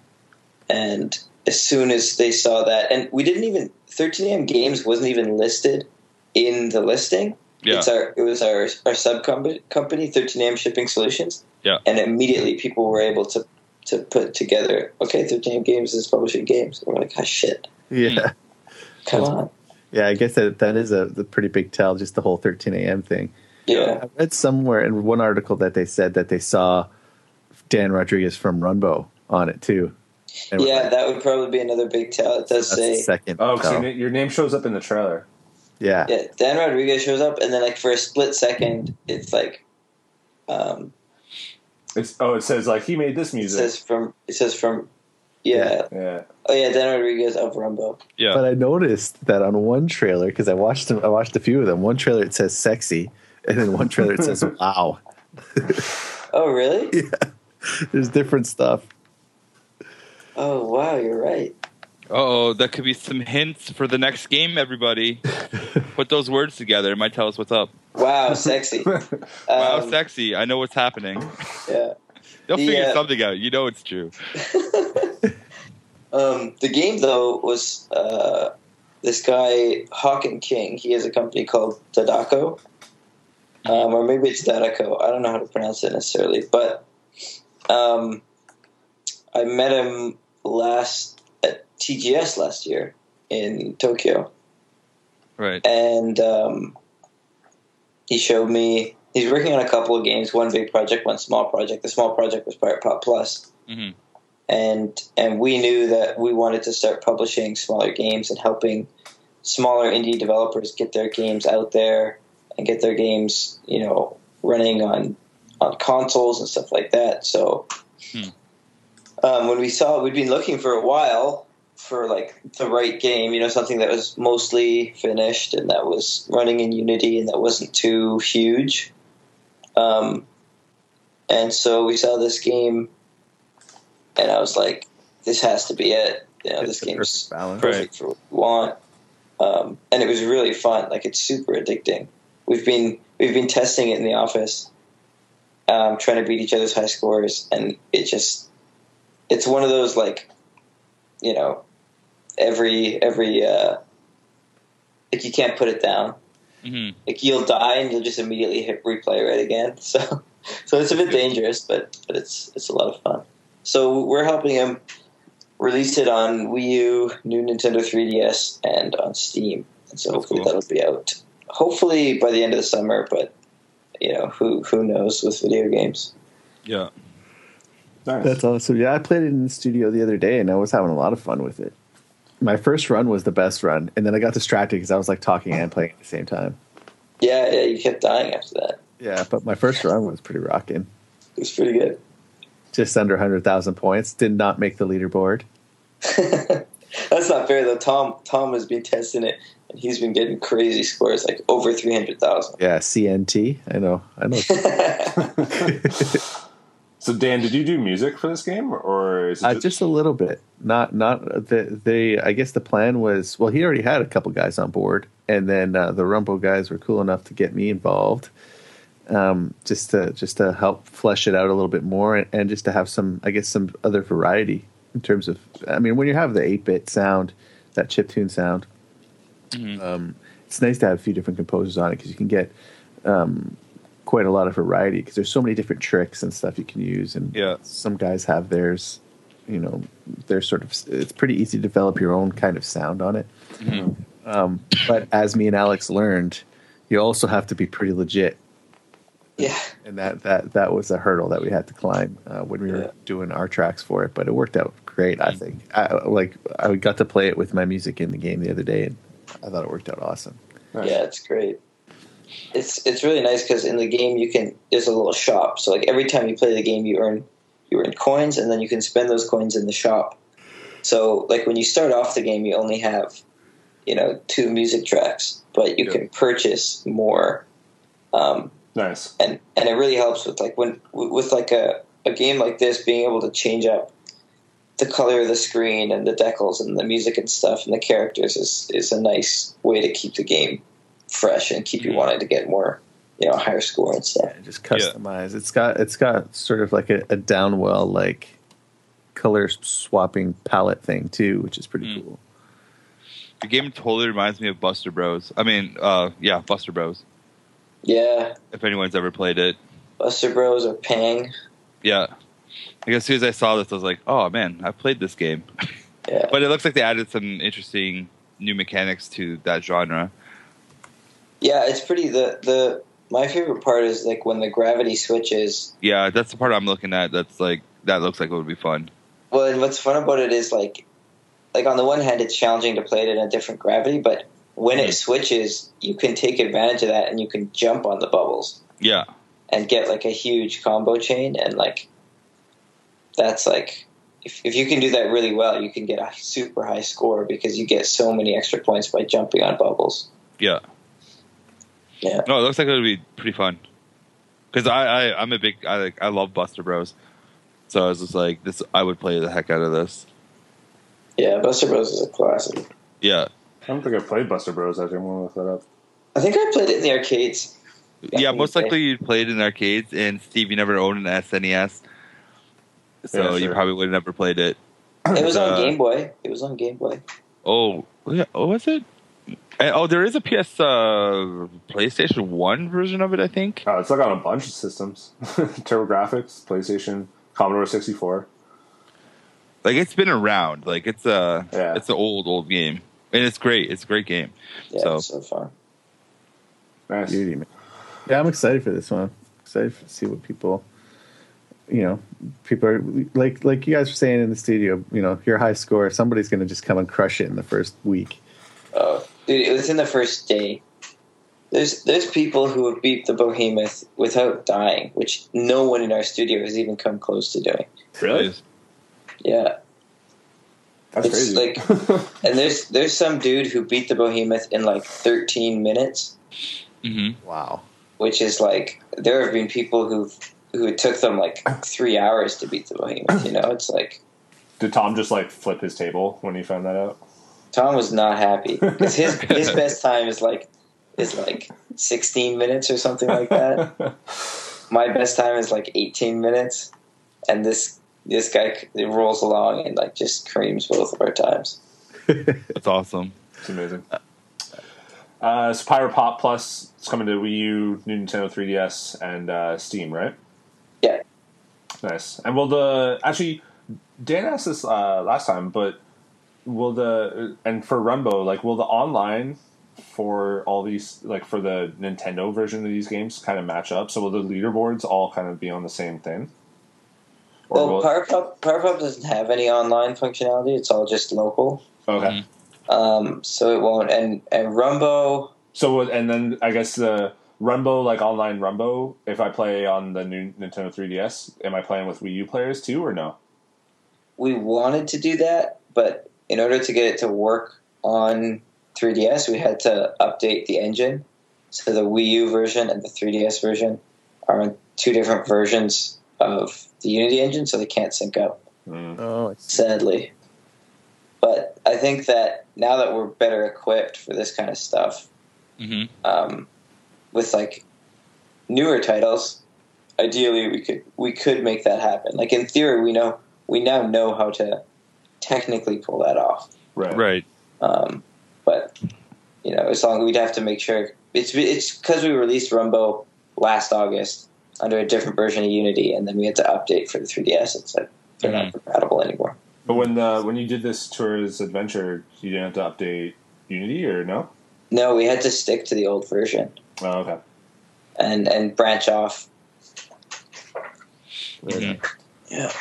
[SPEAKER 4] and as soon as they saw that and we didn't even 13 am games wasn't even listed in the listing
[SPEAKER 3] Yeah.
[SPEAKER 4] it's our it was our our sub company 13 am shipping solutions
[SPEAKER 3] Yeah.
[SPEAKER 4] and immediately people were able to to put together okay 13 am games is publishing games and we're like ah shit
[SPEAKER 2] yeah.
[SPEAKER 4] come on
[SPEAKER 2] Yeah, I guess that that is a, the pretty big tell. Just the whole 13 a.m. thing.
[SPEAKER 4] yeah
[SPEAKER 2] I read somewhere in one article that they said that they saw Dan Rodriguez from Runbow on it too. And we're
[SPEAKER 4] yeah
[SPEAKER 2] like,
[SPEAKER 4] that would probably be another big tell it does
[SPEAKER 2] that's
[SPEAKER 4] say
[SPEAKER 2] the second.
[SPEAKER 1] oh, 'cause
[SPEAKER 2] tell.
[SPEAKER 1] your na- your name shows up in the trailer.
[SPEAKER 2] yeah,
[SPEAKER 4] Yeah, Dan Rodriguez shows up, and then like for a split second, it's like, um,
[SPEAKER 1] It's oh, it says like he made this
[SPEAKER 4] it
[SPEAKER 1] music.
[SPEAKER 4] says from it says from, yeah,
[SPEAKER 2] Yeah.
[SPEAKER 1] yeah,
[SPEAKER 4] oh yeah, Dan Rodriguez of Rumbo.
[SPEAKER 3] yeah.
[SPEAKER 2] But I noticed that on one trailer because I watched them, I watched a few of them. One trailer it says sexy, and then one trailer it says wow.
[SPEAKER 4] Oh really?
[SPEAKER 2] There's different stuff.
[SPEAKER 4] Oh wow, you're right.
[SPEAKER 3] Oh, that could be some hints for the next game. Everybody, put those words together. It might tell us what's up.
[SPEAKER 4] Wow, sexy. Um,
[SPEAKER 3] wow, sexy! I know what's happening.
[SPEAKER 4] Yeah.
[SPEAKER 3] They'll
[SPEAKER 4] The,
[SPEAKER 3] figure
[SPEAKER 4] uh,
[SPEAKER 3] something out. You know it's true.
[SPEAKER 4] um, the game though was uh, this guy Hawken King. He has a company called Dadako, um, or maybe it's Dadako. I don't know how to pronounce it necessarily, but um, I met him last at TGS last year in Tokyo,
[SPEAKER 3] Right.
[SPEAKER 4] and um, he showed me. He's working on a couple of games, one big project, one small project. The small project was Pirate Pop Plus
[SPEAKER 3] hmm
[SPEAKER 4] and and we knew that we wanted to start publishing smaller games and helping smaller indie developers get their games out there and get their games you know running on on consoles and stuff like that so
[SPEAKER 3] Hmm.
[SPEAKER 4] um, when we saw it we'd been looking for a while for like the right game you know something that was mostly finished and that was running in unity and that wasn't too huge um, and so we saw this game and I was like, "This has to be it." You know,
[SPEAKER 2] It's
[SPEAKER 4] this
[SPEAKER 2] the
[SPEAKER 4] game's
[SPEAKER 2] perfect balance.
[SPEAKER 4] perfect for what we want. Um, and it was really fun. Like it's super addicting. We've been we've been testing it in the office, um, trying to beat each other's high scores, and it just it's one of those like, you know, every every uh, like you can't put it down.
[SPEAKER 3] hmm
[SPEAKER 4] Like you'll die and you'll just immediately hit replay right again. So, so it's a bit dangerous, but but it's it's a lot of fun. So we're helping him release it on Wii U, new Nintendo 3DS, and on Steam. And so hopefully
[SPEAKER 3] cool.
[SPEAKER 4] that'll be out. Hopefully by the end of the summer, but you know who who knows with video games.
[SPEAKER 3] Yeah.
[SPEAKER 1] nice.
[SPEAKER 2] That's awesome. Yeah, I played it in the studio the other day, and I was having a lot of fun with it. My first run was the best run, and then I got distracted because I was like talking and playing at the same time.
[SPEAKER 4] Yeah, yeah, you kept dying after that.
[SPEAKER 2] Yeah, but my first run was pretty rocking.
[SPEAKER 4] It was pretty good.
[SPEAKER 2] just under 100,000 points, did not make the leaderboard.
[SPEAKER 4] That's not fair though. Tom Tom has been testing it, and he's been getting crazy scores, like over three hundred thousand.
[SPEAKER 2] Yeah, CNT. I know. I know.
[SPEAKER 1] So Dan, did you do music for this game, or is it
[SPEAKER 2] Uh, just a little bit. Not not the they. I guess the plan was well. He already had a couple guys on board, and then uh, the Rumble guys were cool enough to get me involved, um, just to just to help flesh it out a little bit more, and, and just to have some I guess some other variety in terms of. I mean, when you have the eight bit sound, that chip tune sound, um, it's nice to have a few different composers on it because you can get. Um, quite a lot of variety because there's so many different tricks and stuff you can use and
[SPEAKER 3] Yeah.
[SPEAKER 2] some guys have theirs you know they're sort of it's pretty easy to develop your own kind of sound on it um, but as me and alex learned you also have to be pretty legit
[SPEAKER 4] Yeah,
[SPEAKER 2] and that that that was a hurdle that we had to climb uh, when we
[SPEAKER 4] Yeah.
[SPEAKER 2] were doing our tracks for it but it worked out great i think I, like i got to play it with my music in the game the other day and i thought it worked out awesome
[SPEAKER 1] Nice.
[SPEAKER 4] yeah, it's great. It's it's really nice because in the game you can there's a little shop. So like every time you play the game, you earn you earn coins, and then you can spend those coins in the shop. So like when you start off the game, you only have you know two music tracks, but you
[SPEAKER 1] Yeah.
[SPEAKER 4] can purchase more. Um,
[SPEAKER 1] nice?
[SPEAKER 4] and and it really helps with like when with like a, a game like this being able to change up the color of the screen and the decals and the music and stuff and the characters is is a nice way to keep the game fresh and keep you
[SPEAKER 3] Mhm.
[SPEAKER 4] wanting to get more you know higher score and stuff.
[SPEAKER 2] and just
[SPEAKER 3] Yeah.
[SPEAKER 2] customize. It's got it's got sort of like a, a downwell like color swapping palette thing too, which is pretty
[SPEAKER 3] Mm.
[SPEAKER 2] cool.
[SPEAKER 3] The game totally reminds me of Buster Bros. I mean, uh, yeah, Buster Bros.
[SPEAKER 4] Yeah,
[SPEAKER 3] If anyone's ever played it,
[SPEAKER 4] Buster Bros or Pang.
[SPEAKER 3] yeah. Like as soon as I saw this, I was like, "Oh man, I played this game."
[SPEAKER 4] Yeah,
[SPEAKER 3] But it looks like they added some interesting new mechanics to that genre.
[SPEAKER 4] yeah, it's pretty. The the my favorite part is like when the gravity switches
[SPEAKER 3] Yeah, that's the part I'm looking at. That's like that looks like it would be fun.
[SPEAKER 4] Well, and what's fun about it is like, like on the one hand, it's challenging to play it in a different gravity, but when it switches, you can take advantage of that and you can jump on the bubbles
[SPEAKER 3] Yeah,
[SPEAKER 4] and get like a huge combo chain and like, that's like, if if you can do that really well, you can get a super high score because you get so many extra points by jumping on bubbles.
[SPEAKER 3] yeah.
[SPEAKER 4] Yeah,
[SPEAKER 3] No, it looks like it would be pretty fun. Because I, I, I'm a big, I like, I love Buster Bros. So I was just like, this, I would play the heck out of this.
[SPEAKER 4] yeah, Buster Bros is a classic.
[SPEAKER 3] Yeah,
[SPEAKER 1] I don't think I played Buster Bros. I didn't want to look that up.
[SPEAKER 4] I think I played it in the arcades.
[SPEAKER 3] yeah. most likely you played in arcades, and Steve, you never owned an SNES, so
[SPEAKER 1] Yeah,
[SPEAKER 3] you
[SPEAKER 1] sure.
[SPEAKER 3] probably would have never played it.
[SPEAKER 4] It was on
[SPEAKER 3] Uh,
[SPEAKER 4] Game Boy. It was on Game Boy.
[SPEAKER 3] Oh, yeah, oh, was it? And- oh, there is a PS, uh, PlayStation One version of it, I think.
[SPEAKER 1] Oh, it's like on a bunch of systems: TurboGrafx, PlayStation, Commodore sixty four.
[SPEAKER 3] Like it's been around. Like it's a,
[SPEAKER 1] Yeah.
[SPEAKER 3] it's an old, old game, and it's great. It's a great game.
[SPEAKER 4] Yeah,
[SPEAKER 3] so-
[SPEAKER 4] so, far.
[SPEAKER 1] Nice.
[SPEAKER 2] Beauty, man. Yeah, I'm excited for this one. Excited to see what people, you know, people are like like you guys were saying in the studio. You know, your high score, somebody's going to just come and crush it in the first week.
[SPEAKER 4] Oh, dude, it was in the first day. There's there's people who have beat the behemoth without dying, which no one in our studio has even come close to doing.
[SPEAKER 1] Really?
[SPEAKER 4] Yeah,
[SPEAKER 1] That's
[SPEAKER 4] It's
[SPEAKER 1] crazy.
[SPEAKER 4] and there's there's some dude who beat the behemoth in like 13 minutes,
[SPEAKER 3] hmm
[SPEAKER 2] Wow.
[SPEAKER 4] which is like there have been people who've who it took them like three hours to beat the behemoth. You know, it's like
[SPEAKER 1] Did Tom just like flip his table when he found that out?
[SPEAKER 4] Tom was not happy because his his best time is like is like 16 minutes or something like that. my best time is like 18 minutes, and this this guy c- it rolls along and like just creams both of our times.
[SPEAKER 3] That's awesome.
[SPEAKER 1] It's amazing. Uh, it's Pirate Pop Plus. It's coming to Wii U, new Nintendo 3DS, and uh, Steam, right?
[SPEAKER 4] Yeah.
[SPEAKER 1] Nice. And will the actually Dan asked this uh, last time, but will the and for Rumbo like will the online for all these like for the Nintendo version of these games kind of match up? So will the leaderboards all kind of be on the same thing? Or
[SPEAKER 4] Well,
[SPEAKER 1] will-
[SPEAKER 4] Power Pop, Power Pop doesn't have any online functionality; it's all just local,
[SPEAKER 1] okay.
[SPEAKER 4] um, so it won't. And and Rumbo,
[SPEAKER 1] So and then I guess the Rumbo, like online Rumbo, if I play on the new Nintendo 3DS, am I playing with Wii U players too or no?
[SPEAKER 4] we wanted to do that, but in order to get it to work on 3DS, we had to update the engine. So the Wii U version and the 3DS version are on two different versions of the Unity engine, so they can't sync up,
[SPEAKER 1] Mm.
[SPEAKER 2] Oh, I see.
[SPEAKER 4] sadly. But I think that now that we're better equipped for this kind of stuff,
[SPEAKER 3] hmm
[SPEAKER 4] um, with like newer titles, ideally we could we could make that happen. Like in theory, we know we now know how to technically pull that off.
[SPEAKER 1] Right.
[SPEAKER 3] Right.
[SPEAKER 4] Um, but you know, as long we'd have to make sure it's it's because we released Rumbo last August under a different version of Unity, and then we had to update for the 3DS. It's like they're not compatible anymore.
[SPEAKER 1] But when uh, when you did this tour's adventure, you didn't have to update Unity or no?
[SPEAKER 4] No, we had to stick to the old version
[SPEAKER 1] Oh, okay.
[SPEAKER 4] and and branch off.
[SPEAKER 3] Mhm.
[SPEAKER 4] Yeah.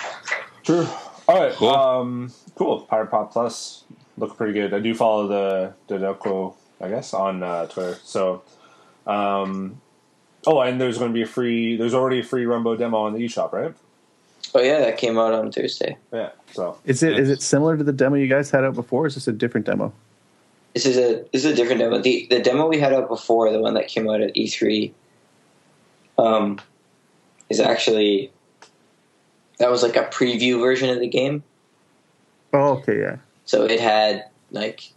[SPEAKER 1] True. All right.
[SPEAKER 3] Cool.
[SPEAKER 1] Um, cool. Pirate Pop Plus look pretty good. I do follow the the Delco, I guess, on uh, Twitter. So, um, oh, and there's going to be a free. There's already a free Rumbo demo on the eShop, right?
[SPEAKER 4] Oh yeah, that came out on Thursday.
[SPEAKER 1] Yeah. So
[SPEAKER 2] Is it is it similar to the demo you guys had out before? Or is this a different demo?
[SPEAKER 4] This is a this is a different demo. The the demo we had out before, the one that came out at E three, um, is actually that was like a preview version of the game.
[SPEAKER 2] Oh, okay, yeah.
[SPEAKER 4] So it had like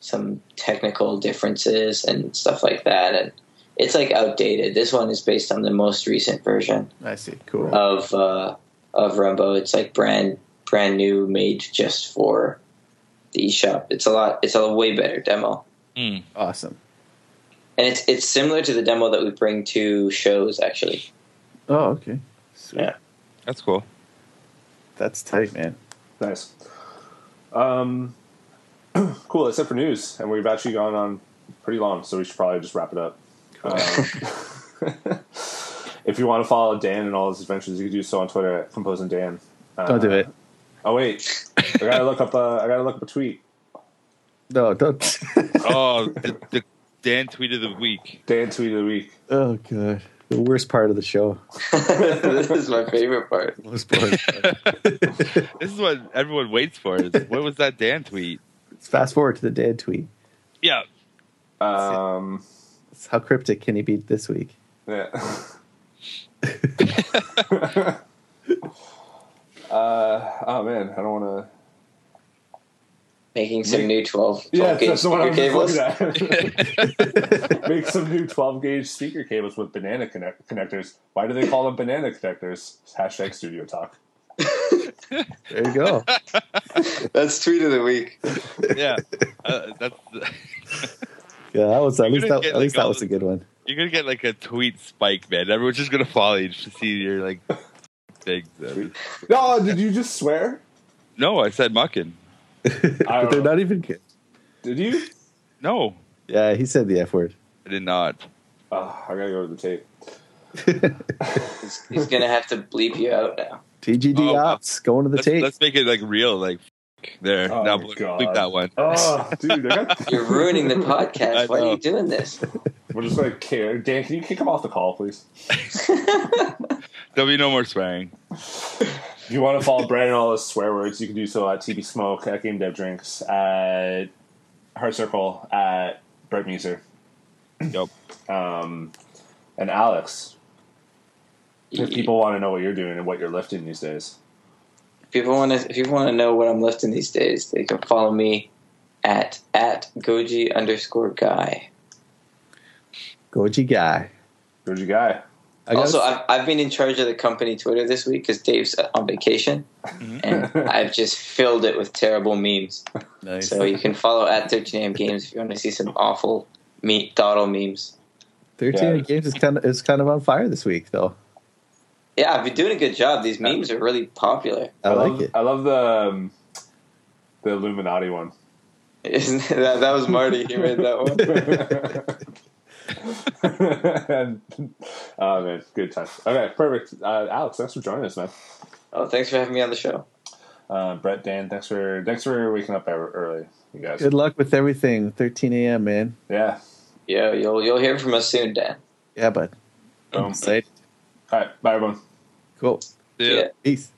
[SPEAKER 4] some technical differences and stuff like that, and it's like outdated. This one is based on the most recent version
[SPEAKER 2] I see. Cool.
[SPEAKER 4] of uh, of Rumbo. It's like brand brand new, made just for the eShop. It's a lot. It's a way better demo.
[SPEAKER 3] Mm.
[SPEAKER 2] awesome.
[SPEAKER 4] and it's it's similar to the demo that we bring to shows actually.
[SPEAKER 2] Oh, okay. Sweet.
[SPEAKER 4] Yeah.
[SPEAKER 3] That's cool.
[SPEAKER 2] That's tight, man.
[SPEAKER 1] nice. Um, cool. That's it for news, and we've actually gone on pretty long, so we should probably just wrap it up. Um, if you want to follow Dan and all his adventures, you can do so on Twitter at Composing Dan. Uh,
[SPEAKER 2] Don't do it.
[SPEAKER 1] Oh wait, I gotta look up. Uh, I gotta look up a tweet.
[SPEAKER 2] No, don't.
[SPEAKER 3] Oh, the, the Dan tweet of the week.
[SPEAKER 1] Dan tweet of the week.
[SPEAKER 2] oh god. The worst part of the show.
[SPEAKER 4] this is my favorite part.
[SPEAKER 2] Most boring.
[SPEAKER 3] This is what everyone waits for. Is what was that Dan tweet?
[SPEAKER 2] Fast forward to the dad tweet.
[SPEAKER 3] Yeah.
[SPEAKER 1] Um,
[SPEAKER 2] It's how cryptic can he be this week?
[SPEAKER 1] yeah. uh, oh man, I don't want to.
[SPEAKER 4] Making some new 12, 12
[SPEAKER 1] Yeah,
[SPEAKER 4] gauge
[SPEAKER 1] that's the one I
[SPEAKER 4] speaker
[SPEAKER 1] was just
[SPEAKER 4] cables.
[SPEAKER 1] looking at. Make some new 12 gauge speaker cables with banana connect- connectors. Why do they call them banana connectors? Hashtag Studio Talk.
[SPEAKER 2] There you go.
[SPEAKER 4] That's tweet of the week.
[SPEAKER 3] Yeah. Uh, that's
[SPEAKER 2] Yeah, that was at
[SPEAKER 3] You're
[SPEAKER 2] least
[SPEAKER 3] gonna
[SPEAKER 2] that,
[SPEAKER 3] get,
[SPEAKER 2] at least that
[SPEAKER 3] like, all
[SPEAKER 2] was a
[SPEAKER 3] the-
[SPEAKER 2] good one.
[SPEAKER 3] you're gonna get like a tweet spike, man. Everyone's just gonna follow you just to see your like things.
[SPEAKER 1] No, did you just swear?
[SPEAKER 3] No, I said mucking.
[SPEAKER 2] but they're not even good.
[SPEAKER 1] Did you?
[SPEAKER 3] No,
[SPEAKER 2] Yeah, he said the F word.
[SPEAKER 3] I did not.
[SPEAKER 1] Oh, I gotta go to the tape.
[SPEAKER 4] He's, he's gonna have to bleep you out now.
[SPEAKER 2] TGD
[SPEAKER 3] Oh, wow.
[SPEAKER 2] ops going to the
[SPEAKER 3] Let's,
[SPEAKER 2] tape.
[SPEAKER 3] let's make it like real. Like f- there.
[SPEAKER 1] Oh,
[SPEAKER 3] now
[SPEAKER 1] my
[SPEAKER 3] bleep,
[SPEAKER 1] God.
[SPEAKER 3] bleep that one.
[SPEAKER 1] Oh, dude, I got,
[SPEAKER 4] You're ruining the
[SPEAKER 3] I
[SPEAKER 4] podcast. Why
[SPEAKER 3] know.
[SPEAKER 4] are you doing this?
[SPEAKER 1] we're just gonna care. Dan, can you kick him off the call, please?
[SPEAKER 3] There'll be no more swearing.
[SPEAKER 1] If you want to follow Brandon and all his swear words, you can do so at TB Smoke, at Game Dev Drinks, at Heart Circle, at Brett Muser,
[SPEAKER 3] Yep.
[SPEAKER 1] um, and Alex. If people want to know what you're doing and what you're lifting these days,
[SPEAKER 4] If people want to, if you want to know what I'm lifting these days, they can follow me at at goji underscore guy.
[SPEAKER 2] Goji guy.
[SPEAKER 1] where's your guy?
[SPEAKER 2] I gotta
[SPEAKER 4] also,
[SPEAKER 2] s-
[SPEAKER 4] I've, I've been in charge of the company Twitter this week because Dave's uh, on vacation,
[SPEAKER 2] Mm-hmm.
[SPEAKER 4] and I've just filled it with terrible memes.
[SPEAKER 2] nice.
[SPEAKER 4] So you can follow at 13am games if you want to see some awful meat dawdle memes.
[SPEAKER 2] Thirteen
[SPEAKER 1] Yeah.
[SPEAKER 2] games is kind of is kind of on fire this week though.
[SPEAKER 4] Yeah, I've been doing a good job. These memes are really popular.
[SPEAKER 2] I, like
[SPEAKER 1] love,
[SPEAKER 2] it.
[SPEAKER 1] I love the um, the Illuminati one.
[SPEAKER 4] Isn't that, that was Marty. He made that one.
[SPEAKER 1] and, oh man, good time. Okay, perfect. Uh, Alex, thanks for joining us, man.
[SPEAKER 4] Oh, thanks for having me on the show.
[SPEAKER 1] Uh, Brett, Dan, thanks for thanks for waking up ever- e-, early, you guys.
[SPEAKER 2] Good luck with everything. Thirteen a.m. Man.
[SPEAKER 1] Yeah.
[SPEAKER 4] Yeah, you'll you'll hear from us soon, Dan.
[SPEAKER 2] Yeah, bud.
[SPEAKER 1] Boom.
[SPEAKER 3] Oh,
[SPEAKER 2] Excited.
[SPEAKER 1] All right. Bye, everyone.
[SPEAKER 2] Cool.
[SPEAKER 3] Yeah.
[SPEAKER 4] Yeah.
[SPEAKER 2] Peace.